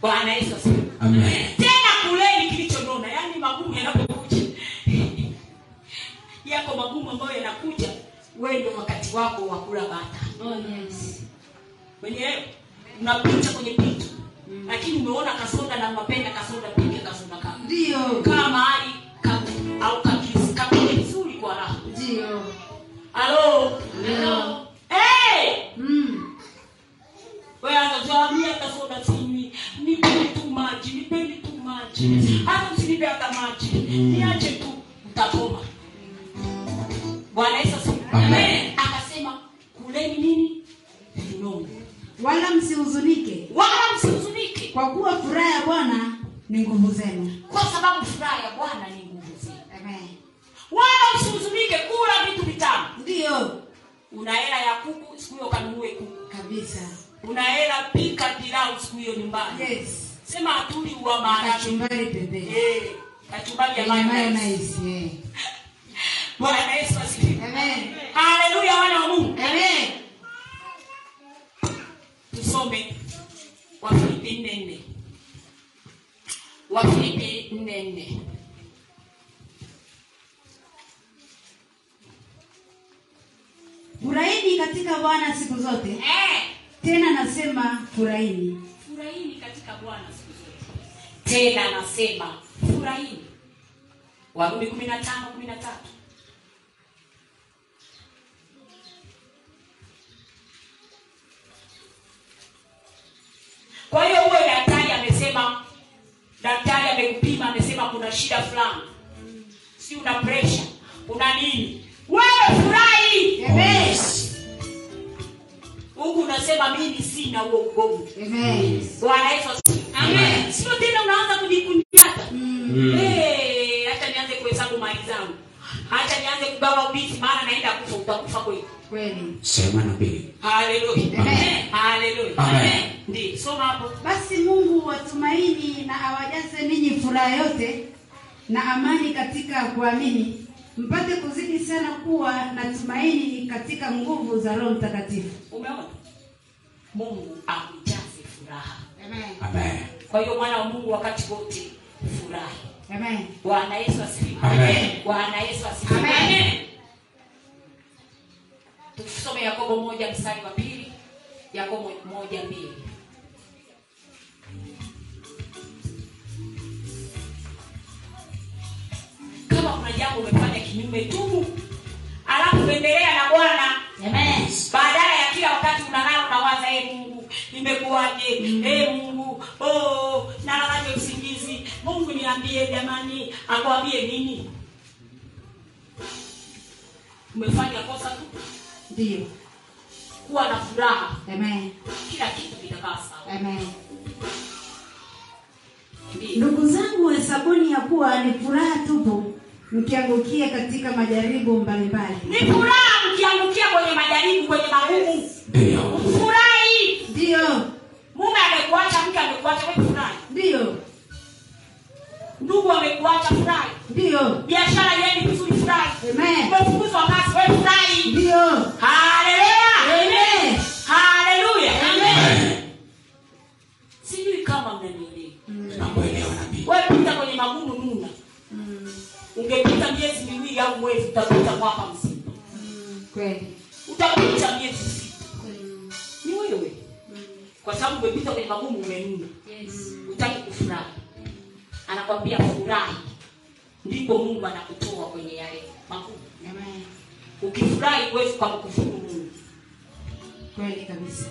bwana yesu asifiwe. Amen. tena kuleni kilichonona yaani magumu yanapokuja yako magumu ambayo yanakuja wewe ndio wakati wako wa kula bata mwenyewe unapita kwenye pito lakini umeona kasoda na mapenda kasoda pike kasoda kama ndiyo kaa mahali ka- au kapisi- kapige vizuri kwa raha ndiyo halo Hello. Eh! mm. Wewe anatuambia hata soda sinywi nipeni tu maji nipeni tu maji Mm. hata msinipe hata maji niache tu mtakoma bwana yesu asifiwe. Amen. akasema kuleni nini vinongo wala msihuzunike wala msihuzunike kwa kuwa furaha ya bwana ni nguvu zenu kwa sababu furaha ya bwana ni nguvu zetu wala usihuzunike kula vitu vitamu ndiyo una hela ya kuku siku hiyo kanunue kuku kabisa una hela pika pilau siku hiyo nyumbani yes sema hatuli uwa maharage kachumbari pembeni Eh, kachumbari ya Yenye mayonnaise. mayonnaise, eh. bwana yesu asifiwe Amen. haleluya wana wa mungu Amen. tusome wafilipi nne nne wafilipi nne nne furahini katika bwana siku zote Eh, tena nasema furahini furahini katika bwana siku zote tena nasema furahini warumi kumi na tano kumi na tatu kwa hiyo huyo daktari amesema daktari amekupima amesema kuna shida fulani si una presha una nini wewe furahi yes huku unasema mimi sina huo ugonjwa Amen. bwana yesu asifiwe. Amen. sio tena unaanza kujikunyata Mm. Hmm. Eh, acha nianze kuhesabu mali zangu acha nianze kugawa urithi maana naenda kufa utakufa kweli kweli sema na pili haleluya Amen. haleluya Amen. Amen. ndiyo soma hapo basi mungu watumaini na awajaze ninyi furaha yote na amani katika kuamini mpate kuzidi sana kuwa na tumaini katika nguvu za roho mtakatifu umeona mungu akujaze furaha Amen. amen kwa hiyo mwana wa mungu wakati wote furahi Amen. bwana yesu asifiwe Amen. bwana yesu asifiwe Amen. tusome yakobo moja mstari wa pili yakobo moja mbili kama kuna jambo umefanya kinyume tubu alafu endelea na bwana baadaye ya kila wakati unalala unawaza e mungu nimekuwaje e mungu oh, nalalaje usingizi mungu niambie jamani akwambie nini umefanya kosa tu Ndiyo. kuwa na furaha Amen. kila kitu kitakaa sawa Amen. Ndiyo. ndugu zangu hesabuni ya kuwa ni furaha tupu mkiangukia katika majaribu mbalimbali ni furaha mkiangukia kwenye majaribu kwenye magumu ndio furahi ndiyo mume amekuacha mke amekuacha we furahi ndiyo ndugu amekuacha furahi ndiyo biashara yendi vizuri furahi Amen. umefukuzwa kazi we furahi ndiyo Haleluya. Amen. Haleluya. Amen. sijui kama mnanielewa tunakuelewa nabii wepita kwenye magumu nuna ungepita miezi miwili au mwezi utapita mwaka mzima kweli utapita miezi sita Kweli. ni wewe kwa sababu umepita kwenye magumu umenuna utaki kufurahi anakwambia furahi ndipo mungu anakutoa kwenye yale magumu Amen. ukifurahi huwezi kumkufuru mungu kweli kabisa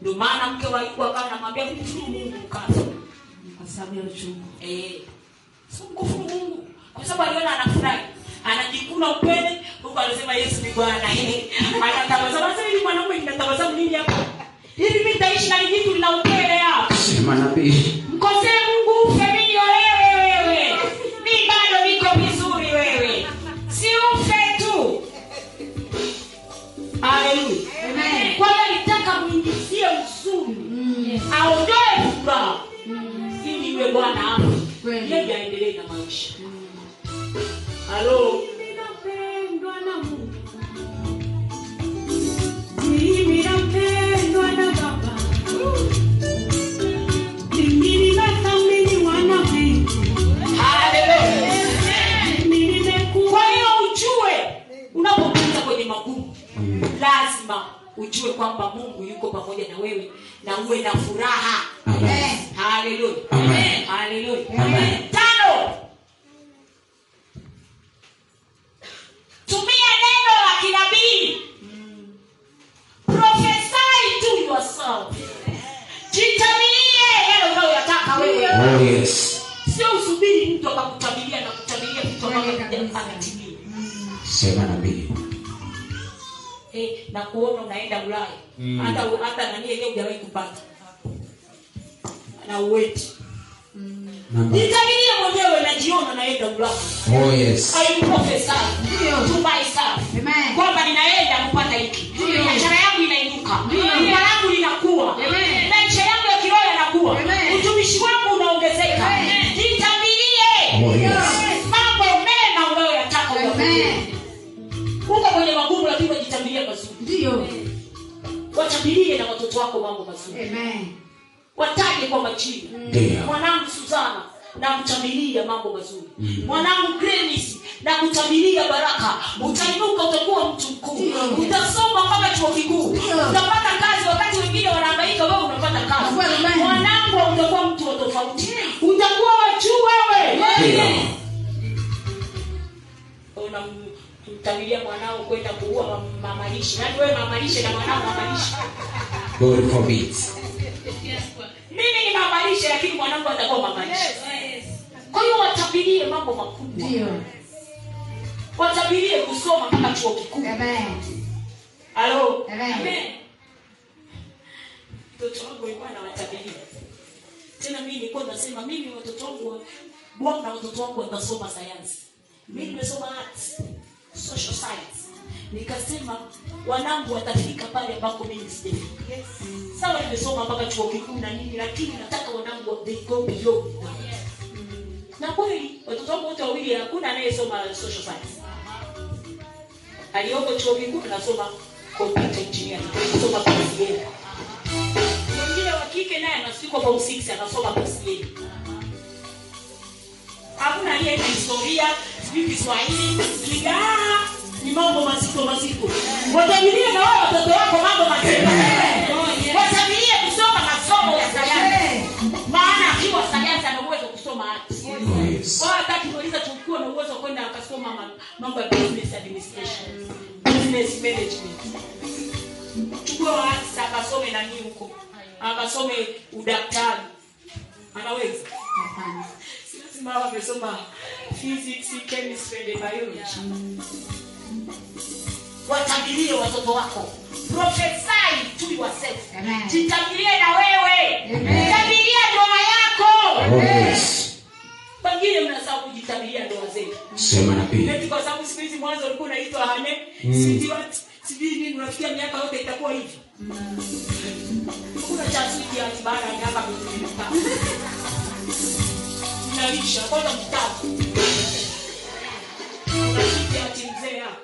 ndio maana mke wa Ayubu akawa anamwambia mkufuru mungu ukafa kwa sababu ya uchungu Eh, si mkufuru mungu kwa sababu aliona anafurahi anajikuna upele huku anasema yesu ni bwana Eh, anatabasamu sasa hivi mwanaume ninatabasamu nini hapa hivi mi nitaishi na lijitu lina upele hapa sema nabii mkosee mungu ufe mimi olewe wewe mi bado niko vizuri wewe si ufe tu haleluya Amen. kwamba nitaka mwingizie usuri Mm. aondoe furaha ili iwe bwana hapo Kweli. yeye aendelee na maisha halo Mimi napendwa na Baba, mimi ninathamini wana wengi, mimi nimekuwa kwa hiyo ujue unapopita kwenye magumu lazima ujue kwamba mungu yuko pamoja na wewe na uwe na furaha amen haleluya Amen. haleluya Amen. tano tumia neno la kinabii profesai tu yourself jitamilie yale unayoyataka wewe oh yes sio usubiri mtu akakutabilia na kutabilia vitu Kweli ambavyo kabisa. akatimia sema nabii eh, na kuona unaenda ulaya Mm. hata hata nani yenyewe hujawahi kupata na uweti namba jitabilie mwenyewe najiona naenda ulaya oh yes I prophesy Ndiyo. to myself Amen. kwamba ninaenda kupata hiki Amen. biashara yangu inainuka Amen. jina langu linakuwa Amen. maisha yangu ya kiroho yanakuwa Amen. utumishi wangu unaongezeka Amen. jitamilie oh yes mambo mema unayoyataka uyafanye. Amen. uko kwenye magumu lakini wajitamilie mazuri ndiyo watabilie na watoto wako mambo mazuri Amen. wataje kwa majina ndio mwanangu suzana namtamilia mambo mazuri Mm. mwanangu grenis nakutamilia baraka utainuka utakuwa mtu mkuu utasoma kama chuo kikuu utapata kazi wakati wengine wanahangaika wewe unapata kazi Kweli, kweli. mwanangu utakuwa mtu wa tofauti utakuwa wajuu wewe ndio unamtamilia mwanao kwenda kuua mam- mamalishe nani Yaani wewe mamalishe na mwanao mamalishe god forbid mimi ni mamalishe lakini mwanangu atakuwa mamalishe kwa hiyo watabilie mambo makubwa ndiyo watabilie kusoma mpaka chuo kikuu Amen. halo Amen. Amen. mtoto wangu alikuwa anawatabilia tena mimi nilikuwa nasema mimi watoto wangu wa- bwana watoto wangu watasoma sayansi mimi nimesoma arts social science nikasema wanangu watafika pale ambako mimi sijafika sawa nimesoma mpaka chuo kikuu na nini lakini nataka wanangu wa- they go beyond that. na kweli watoto wangu wote wawili hakuna anayesoma social science aliyoko chuo kikuu anasoma computer engineering anasoma PCA mwingine wa kike naye anasoma form 6 anasoma PCA hakuna aliye na historia sijui kiswahili ligaa ni mambo mazito mazito watamilie na wao watoto wako mambo mazito watamilie kusoma masomo ya sayansi maana akiwa sayansi ana uwezo wa kusoma hati Oh, yes. wao hataki kuuliza chukua na uwezo wa kwenda akasoma ma- mambo ya business administration business management chukua waasi akasome nani huko akasome udaktari anaweza Sisi mama amesoma physics, chemistry and biology. Watabilie watoto wako. Prophesy to yourself. Amen. Jitabilie na wewe. Amen. Jitabilie ndoa yako. Oh, yes. Wengine mnasahau kujitabilia ndoa zetu. Sema na pili. Eti kwa sababu siku hizi mwanzo ulikuwa unaitwa hane, Eh. Mm. sijui what, sijui nini unafikia miaka yote itakuwa hivyo. Kuna cha sijui ya baada ya miaka mingi. Mnalisha kwanza mtaku. Unasikia ati mzee hapa.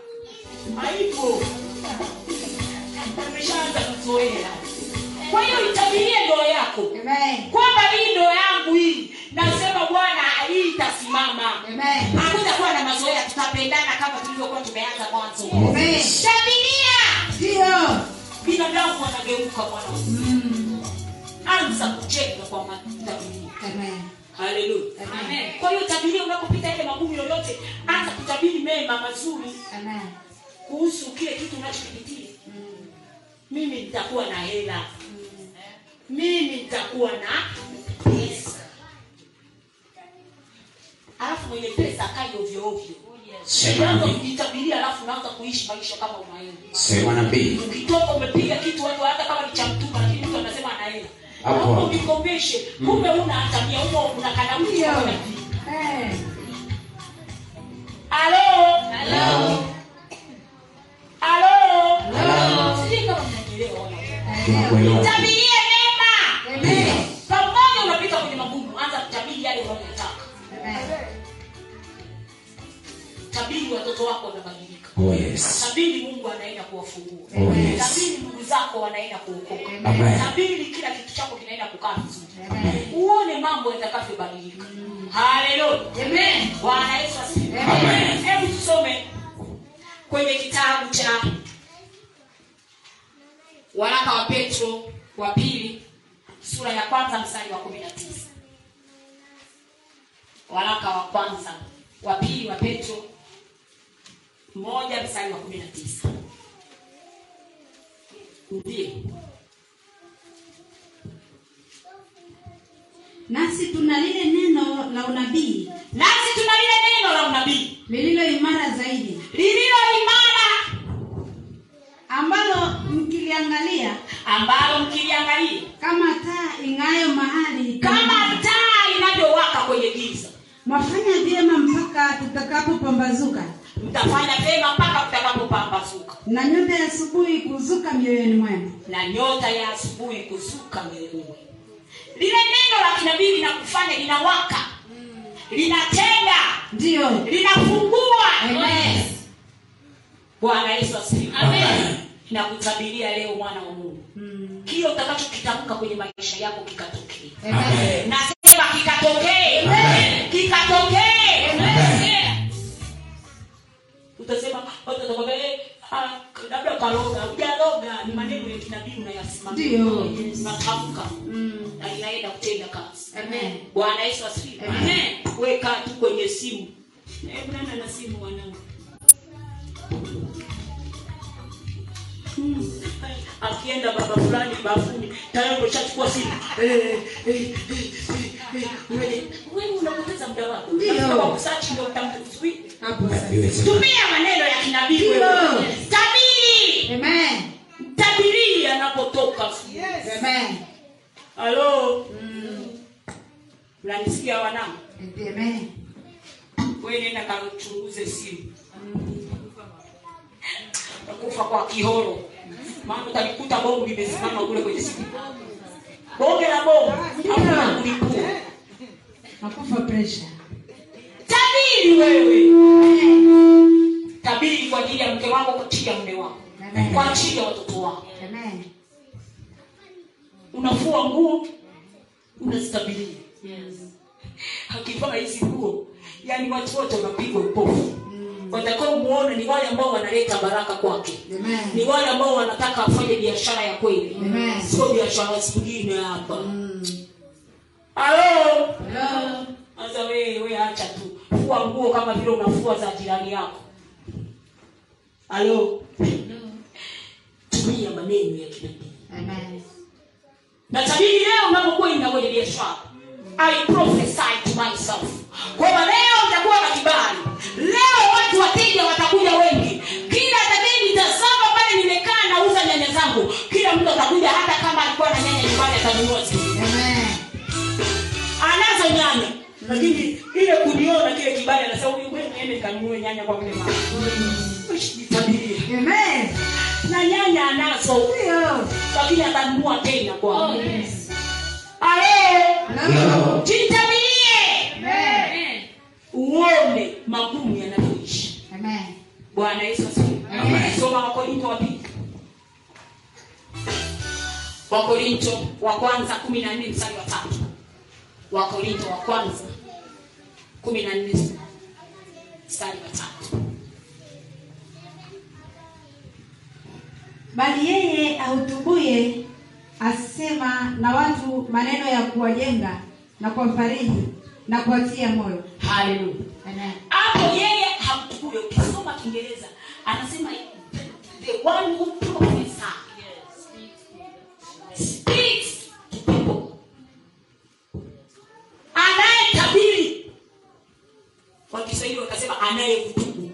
Haipo. Ameshaanza kuzoea. Kwa hiyo itabirie ndoa yako Amen. kwamba hii ndoa yangu hii nasema bwana hii itasimama Amen. hakutakuwa na mazoea tutapendana kama tulivyokuwa tumeanza mwanzo Oh, Amen. yes. shabilia Ndio. binadamu wanageuka mwanao Mm. anza kujenga kwa matabilio Amen. haleluya Amen. kwa hiyo tabilia unapopita ile magumu yoyote anza kutabiri mema mazuri Amen. kuhusu kile kitu unachokipitia mimi nitakuwa na hela mimi nitakuwa na pesa alafu mwenye pesa akai ovyoovyo Sema na pili. kujitabiria alafu unaanza kuishi maisha kama unaela Sema na pili. ukitoka umepiga kitu watu hata kama ni cha mtumba lakini mtu anasema ana hela Hapo Hapo hapo. ujikomeshe kumbe una hata mia umo una kana mtu Ndio. halo Eh. halo halo sijui kama mnanielewa wala Tunakuelewa. Jitabirie mema. Amen. Pamoja unapita kwenye magumu, anza kutabiri yale unayotaka. Amen. Tabiri watoto wako wanabadilika. Oh, yes. Tabiri Mungu anaenda kuwafungua. Oh, yes. Tabiri ndugu zako wanaenda kuokoka. Amen. Tabiri kila kitu chako kinaenda kukaa vizuri. Amen. Uone mambo yatakavyobadilika. Haleluya. Amen. Bwana Yesu asifiwe. Amen. Hebu tusome kwenye kitabu cha waraka wa Petro wa pili sura ya kwanza mstari wa kumi na tisa waraka wa kwanza wa pili wa Petro moja mstari wa kumi na tisa ndiyo Nasi tuna lile neno la unabii nasi tuna lile neno la unabii lililo imara zaidi lililo imara ambalo mkiliangalia ambalo mkiliangalia kama taa ing'ayo mahali kama taa inavyowaka kwenye giza mwafanya vyema mpaka tutakapopambazuka mtafanya vyema mpaka mtakapopambazuka na nyota ya asubuhi kuzuka mioyoni mwenu na nyota ya asubuhi kuzuka mioyoni mwenu. lile neno la kinabii linakufanya linawaka linatenda ndiyo linafungua Amen. bwana yesu asifiwe Amen. nakutabiria leo mwana wa mungu kile utakachokitamka kwenye maisha yako kikatokee Amen. nasema kikatokee Amen. kikatokee Amen. utasema watu watakwambia eh, ah, labda karoga ujaloga ni maneno ya kinabii unayasimamia Ndiyo. unatamka Mm. na inaenda kutenda kazi Amen. bwana yesu asifiwe Amen. weka tu kwenye simu hebu nani ana simu mwanangu Mm. akienda baba fulani bafuni tayari ushachukua simu Eh, eh, eh, eh. wewe unapoteza muda wako Ndiyo. Unafika kwa kusearch ndio utamkusudia hapo sasa Iwe sema. tumia maneno ya kinabii Ndiyo. wewe tabiri amen tabirii anapotoka amen halo Mm. mnanisikia wanangu amen wewe nenda kauchunguze simu kufa kwa kihoro maana utalikuta bomu limesimama kule kwenye siku bonge la bomu au la kulipua nakufa pressure tabiri wewe tabiri kwa ajili ya mke wako kwa ajili ya mume wako Amen. kwa ajili ya watoto wako Amen. unafua nguo unazitabiria akivaa hizi nguo yani watu wote wanapigwa upofu watakao muone ni wale ambao wanaleta baraka kwake Amen. ni wale ambao wanataka afanye biashara ya kweli Amen. Mm. sio biashara zingine hapa halo Hello. sasa wewe wewe acha tu fua nguo kama vile unafua za jirani yako halo tumia maneno ya kinabii Amen. na tabiri leo unapokuwa ina kwenye biashara i prophesy to myself kwamba leo nitakuwa na kibali leo watu wateja watakuja wengi kila tabiri tazama pale nimekaa nauza nyanya zangu kila mtu atakuja hata kama alikuwa na nyanya nyumbani atanunua zile Amen. anazo nyanya lakini ile kuniona kile kibali anasema "Huyu wewe niende kanunue nyanya kwa mlima jitabiria Amen. na nyanya anazo Ndio. lakini atanunua tena kwa ale Hello. jitabirie Amen. uone magumu yanavyoishi Amen. bwana yesu asifiwe Amen. soma wakorinto wa pili wakorinto wa kwanza kumi na nne mstari wa tatu wakorinto wa kwanza kumi na nne mstari wa tatu bali yeye ahutubuye asema na watu maneno ya kuwajenga na kuwafariji na kuwatia moyo haleluya Amen. hapo yeye hamtukue ukisoma kiingereza anasema the one who prophesy speaks to people anayetabiri kwa kiswahili wakasema anayehutubu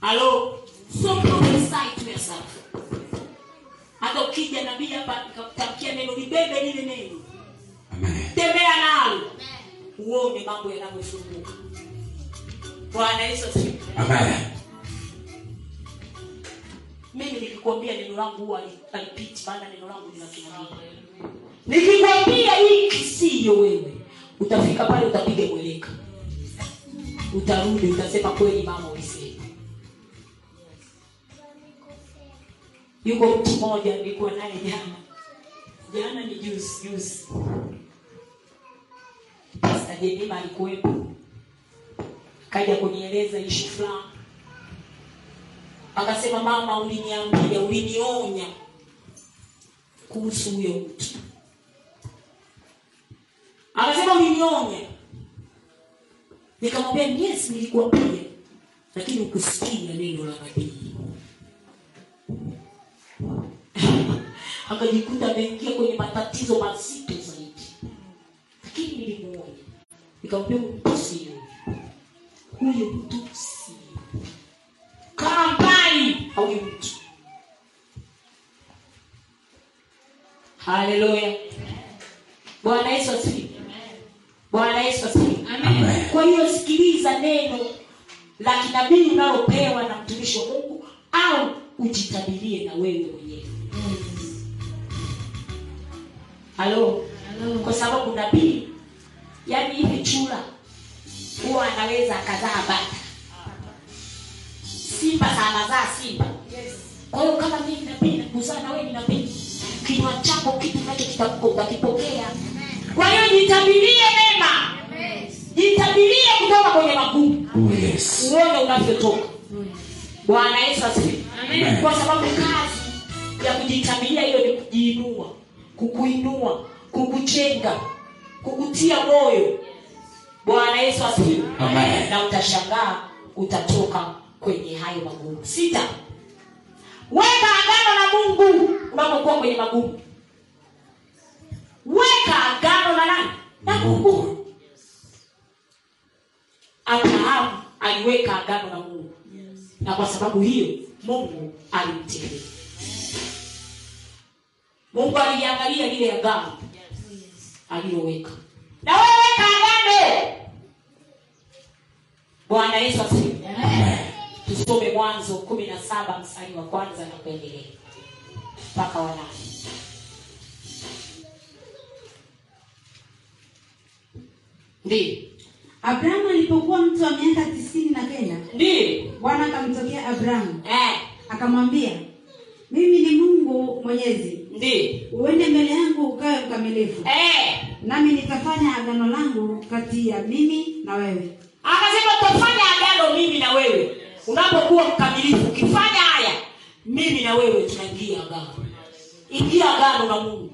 halo so prophesy to yourself hata ukija nabii hapa nikakutamkia neno libebe lile neno Amen. tembea nalo uone mambo yanavyofunguka bwana yesu asifiwe. Amen. mimi nikikwambia neno langu huwa hali- halipiti maana neno langu lina kinabii nikikwambia hiki siyo wewe utafika pale utapiga mweleka utarudi utasema kweli mama ulisema yuko mtu mmoja nilikuwa naye jana jana ni juzi juzi pasta jedima alikuwepo kaja kunieleza ishu fulani akasema mama uliniambia ulinionya kuhusu huyo mtu akasema ulinionya nikamwambia yes nilikuambia lakini ukusikia neno la nabii akajikuta ameingia kwenye matatizo mazito zaidi lakini nilimuonya nikamwambia huyu mtu sio huyu mtu sio kama mbali auye mtu haleluya bwana yesu asifiwe bwana yesu asifiwe Amen. kwa hiyo sikiliza neno la kinabii unalopewa na mtumishi wa mungu au ujitabirie na wewe mwenyewe halo kwa sababu nabii yaani hivi chura huwa anaweza akazaa bata simba sanazaa simba kwa hiyo kama mimi nabii nakuzaa na wewe ni nabii kinywa chako kitu nacho kitakuwa utakipokea kwa hiyo jitabirie mema jitabirie kutoka kwenye magumu Oh, yes. uone unavyotoka bwana yesu asifiwe Amen. kwa sababu kazi ya kujitabiria hiyo ni kujiinua kukuinua kukujenga kukutia moyo bwana yesu asifiwe Amen. na utashangaa utatoka kwenye hayo magumu sita weka agano na mungu unapokuwa kwenye magumu weka agano na nani na mungu abrahamu aliweka agano na mungu na kwa sababu hiyo mungu alimtendea mungu aliliangalia lile agano aliloweka na wewe weka agano bwana yesu asifiwe Amen. tusome usome mwanzo kumi na saba mstari wa kwanza na kuendelea mpaka wanane ndiyo abrahamu alipokuwa mtu wa miaka tisini na kenda ndiyo bwana akamtokea abrahamu eh, akamwambia mimi ni mungu mwenyezi ndiyo uende mbele yangu ukawe mkamilifu eh. nami nitafanya agano langu kati ya mimi na wewe akasema tafanya agano mimi na wewe unapokuwa mkamilifu ukifanya haya mimi na wewe tunaingia agano ingia agano na mungu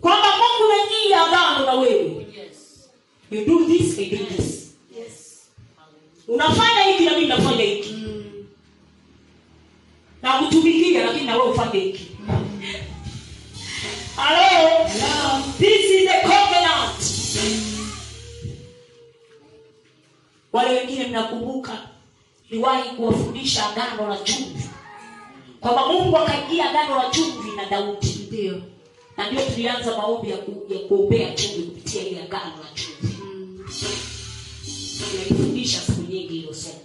kwamba mungu naingia agano na wewe you do this I do this unafanya hiki na mimi nafanya hiki na kutumikia lakini na wewe ufanye hiki Hello? this is the covenant wale wengine mnakumbuka liwahi kuwafundisha agano la chumvi kwamba mungu akaingia agano la chumvi na daudi ndio na ndio tulianza maombi ya, ku, ya kuombea chumvi kupitia ile agano la chumvi nilifundisha siku nyingi hilo somo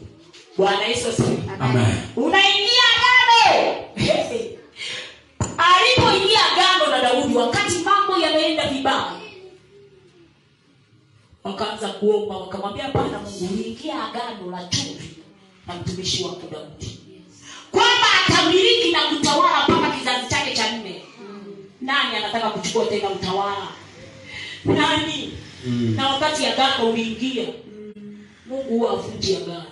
bwana yesu asifiwe amen unaingia agano alipoingia agano na daudi wakati mambo yameenda vibaya wakaanza kuomba wakamwambia bwana mungu uliingia agano la chumvi na mtumishi wako daudi kwamba atamiliki na kutawala mpaka kizazi chake cha nne nani anataka kuchukua tena utawala nani na wakati agano uliingia mungu huwa avunji agano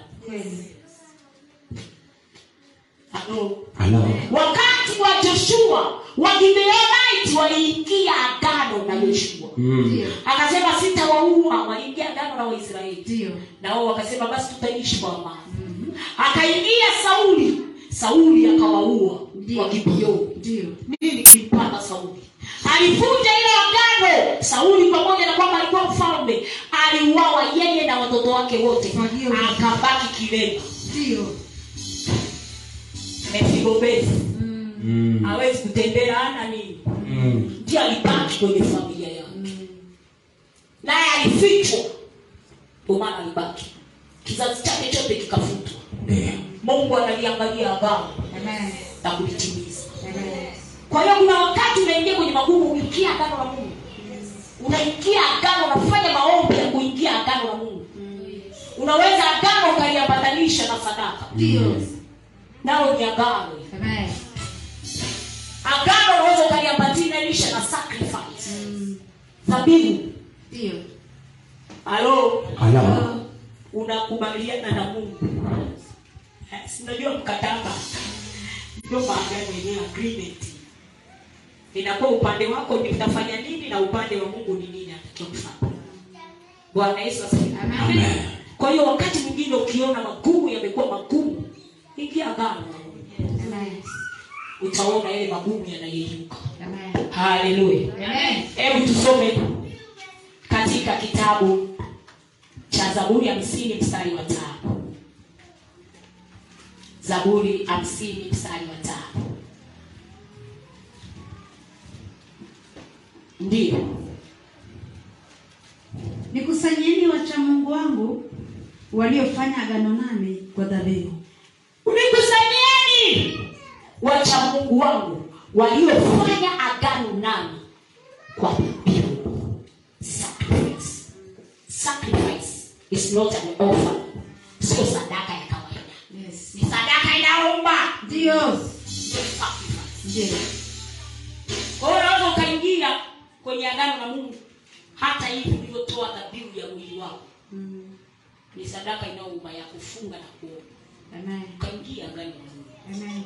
Halo Hello. wakati wa joshua wagibeonite waliingia agano na yoshua Mm. ndio akasema sitawaua waliingia agano na waisraeli ndio na wao wakasema basi tutaishi kwa amani akaingia sauli sauli akawaua Ndiyo. wagibeoni ndio nini kilimpata sauli alivunja ile agano sauli pamoja na kwamba alikuwa mfalme aliuawa yeye na watoto wake wote Kwa hiyo- akabaki kilema ndio mefibobezi Mm. hawezi kutembea ana nini Mm. ndiye alibaki kwenye familia yake naye alifichwa ndio maana alibaki kizazi chake chote kikafutwa Ndio. mungu analiangalia agano amen na kulitimiza amen kwa hiyo kuna wakati unaingia kwenye magumu ukiingia agano la mungu unaingia agano unafanya maombi ya kuingia agano la mungu unaweza agano ukaliambatanisha na sadaka ndio nalo ni agano amen agano unaweza ukaliambatanisha na sacrifice dhabihu ndio halo Hello. unakubaliana na mungu Eh, si unajua mkataba ndio maagano yenyewe agreement inakuwa upande wako ni utafanya nini na upande wa mungu ni nini anatakiwa kufanya bwana yesu asifiwe. Amen. kwa hiyo wakati mwingine ukiona magumu yamekuwa magumu ingia agano amen utaona yale magumu yanayeyuka amen haleluya amen hebu tusome katika kitabu cha zaburi hamsini mstari wa tano zaburi hamsini mstari wa tano ndiyo nikusanyieni wacha mungu wangu waliofanya agano nami kwa dhabihu unikusanyieni wacha mungu wangu waliofanya agano nami kwa dhabihu sacrifice sacrifice is not an offer sio sadaka ya kawaida yes ni sadaka inaomba ndio ndio sacrifice ndio kwa hiyo unaweza ukaingia kwenye agano na mungu hata hivi ulivyotoa dhabihu ya mwili wako Mm. ni sadaka inayoumba ya kufunga na kuomba amen ukaingia agano na mungu amen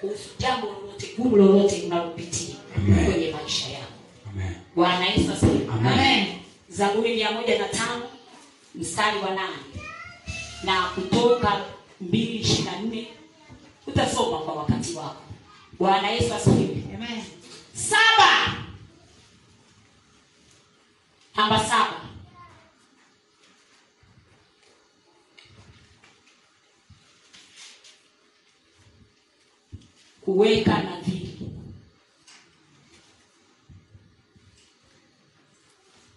kuhusu jambo lolote gumu lolote unalopitia Amen. kwenye maisha yako Amen. bwana yesu asifiwe. Amen. zaburi mia moja na tano mstari wa nane na kutoka mbili ishiri na nne utasoma kwa wakati wako bwana yesu asifiwe amen saba namba saba kuweka nadhiri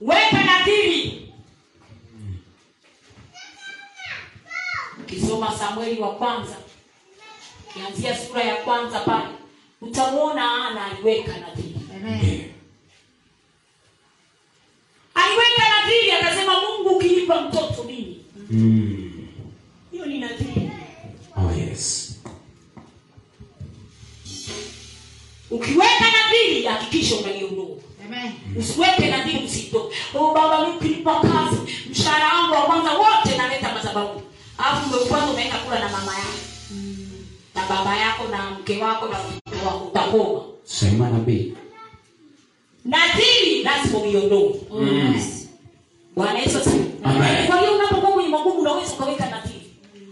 weka nadhiri ukisoma ukisoma samueli wa kwanza kianzia sura ya kwanza pale utamwona ana aliweka nadhiri Ndiyo. aliweka nadhiri akasema mungu ukinipa mtoto mimi Mm. hiyo ni nadhiri Oh, yes. ukiweka nadhiri hakikisha unaiondoa usiweke nadhiri msito oh, baba mi ukinipa kazi mshahara wangu wa kwanza wote naleta madhabahu alafu ndio kwanza unaenda kula na mama yako na baba yako na mke wako na mtoto wako utakoma Sema nabii. nadhiri lazima uiondoe bwana yesu asifiwe. Amen. kwa hiyo unapokuwa kwenye magumu unaweza ukaweka nadhiri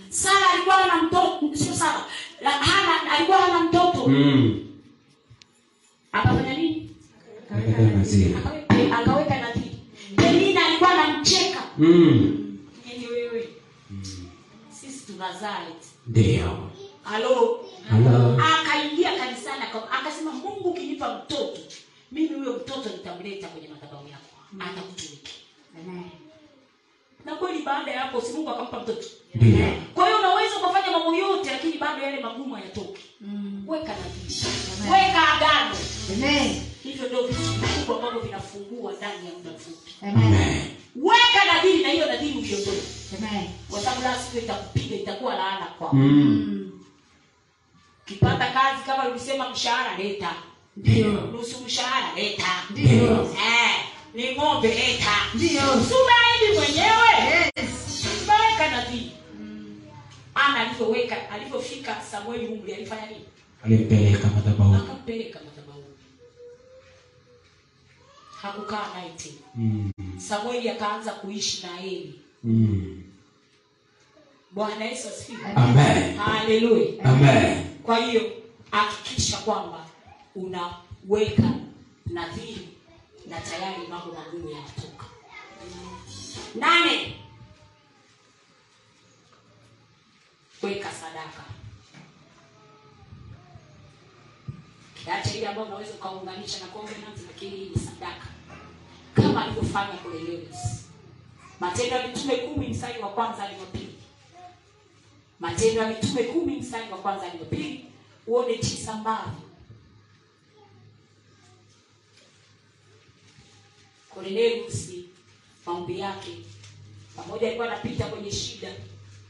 sara alikuwa hana mtoto sio sara La- hana alikuwa hana mtoto Mm. akafanya nini Katika naziri. akaweka akaweka nadhiri penina alikuwa anamcheka Hmm. Mm. yani wewe sisi tunazaa eti Ndiyo. halo Hello. akaingia kanisani aka- akasema mungu ukinipa mtoto mimi huyo mtoto nitamleta kwenye madhabahu yako atakutumika na kweli baada ya hapo si mungu akampa mtoto Ndiyo. kwa hiyo unaweza ukafanya mambo yote lakini bado yale magumu hayatoki weka nadhiri weka agano hivyo ndio vitu vikubwa ambavyo vinafungua ndani ya muda mfupi Amen. weka nadhiri na hiyo nadhiri uiondoe kwa sababu la siku itakupiga itakuwa laana kwako Mm. ukipata kazi kama ulisema mshahara leta Ndiyo. nusu mshahara leta Ndiyo. Eh, ni ng'ombe leta Ndiyo. subaidi mwenyewe weka nadhiri ana alivyoweka alivyofika samueli umri alifanya nini Alimpeleka madhabahu. akampeleka madhabahuni hakukaa naye tena Mm. samueli akaanza kuishi na yeye Mm. bwana yesu asifiwe Amen. haleluya Amen. kwa hiyo hakikisha kwamba unaweka nadhiri na tayari mambo magumu yanatoka nane weka sadaka kiacha ile ambayo unaweza ukaunganisha na covenant lakini hii ni sadaka kama alivyofanya kule lewis matendo ya mitume kumi mstari wa kwanza hadi wa pili matendo ya mitume kumi mstari wa kwanza hadi wa pili uone jinsi ambavyo korneliusi maombi yake pamoja alikuwa anapita kwenye shida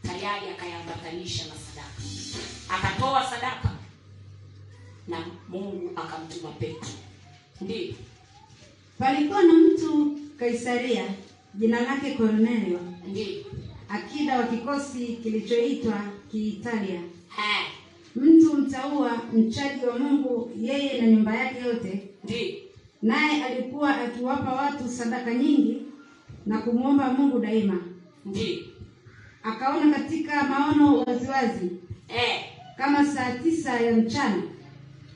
tayari akayaambatanisha na sadaka akatoa sadaka na mungu akamtuma petro ndiyo palikuwa na mtu kaisaria jina lake kornelio ndiyo akida wa kikosi kilichoitwa kiitalia Eh, mtu mtaua mchaji wa mungu yeye na nyumba yake yote ndiyo naye alikuwa akiwapa watu sadaka nyingi na kumwomba mungu daima ndiyo akaona katika maono waziwazi Eh, kama saa tisa ya mchana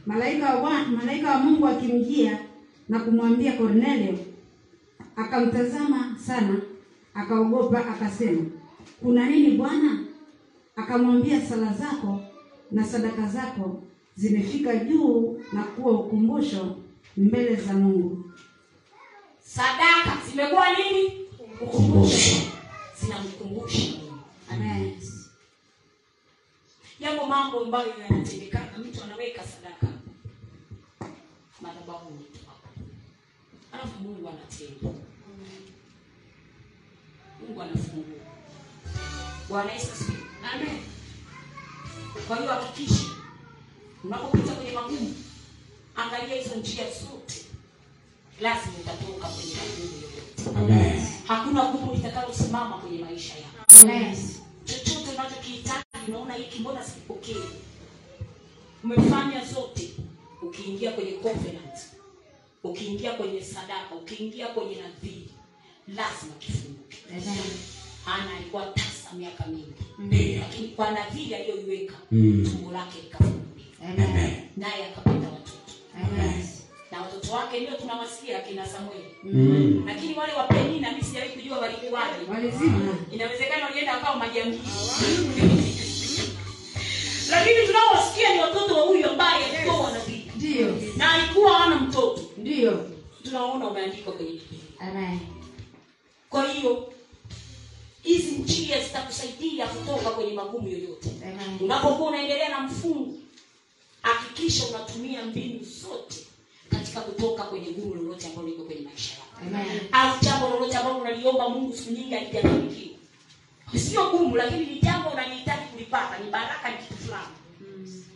malaika wa, Bwana- malaika wa mungu akimjia na kumwambia kornelio akamtazama sana akaogopa akasema kuna nini bwana akamwambia sala zako na sadaka zako zimefika juu na kuwa ukumbusho mbele za mungu sadaka zimekuwa nini ukumbusho zinamkumbusha Mungu. Amen. yapo mambo ambayo yanatendekana mtu anaweka sadaka madhabahuni alafu mungu anatenda mungu anafungua bwana yesu asifiwe. Amen. kwa hiyo hakikisha unapopita kwenye magumu angalia hizo njia zote lazima utatoka kwenye magumu yoyote Amen. hakuna gumu litakalosimama kwenye maisha yako Yes. chochote unachokihitaji unaona hiki mbona sikipokee umefanya zote ukiingia kwenye covenant ukiingia kwenye sadaka ukiingia kwenye nadhiri lazima kifunguke hana alikuwa tasa miaka mingi Ndiyo. lakini kwa nadhiri aliyoiweka Mm. tumbo lake likafunguliwa Amen. naye akapata watoto Amen. na watoto wake ndio tunawasikia akina samueli Mm. lakini wale wapenina mi sijawahi kujua walikuwaje Mm. walizima inawezekana walienda wakawa majamii lakini tunaowasikia ni watoto wa huyu ambaye alikuwa wanabii ndiyo na alikuwa hana mtoto ndiyo tunaona umeandikwa kwenye Biblia. Amen. kwa hiyo hizi njia njia zitakusaidia kutoka kwenye magumu yoyote Amen. unapokuwa unaendelea na mfungo hakikisha unatumia mbinu zote katika kutoka kwenye gumu lolote ambalo liko kwenye maisha yako Amen. au jambo lolote ambalo unaliomba mungu siku nyingi alijafanikiwa sio gumu lakini ni jambo unalihitaji kulipata ni baraka ni kitu fulani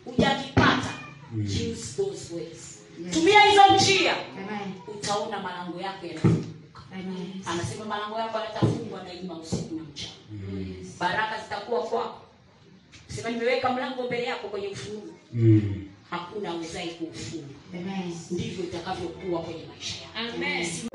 hujakipata use those ways Yes. tumia hizo njia Amen. utaona malango yako yanafunguka Amen. anasema malango yako yatafungwa daima usiku na mchana Hmm. baraka zitakuwa kwako sema nimeweka mlango mbele yako kwenye ufungu Mm. hakuna uzae kuufunga Amen. ndivyo itakavyokuwa kwenye maisha yako Amen.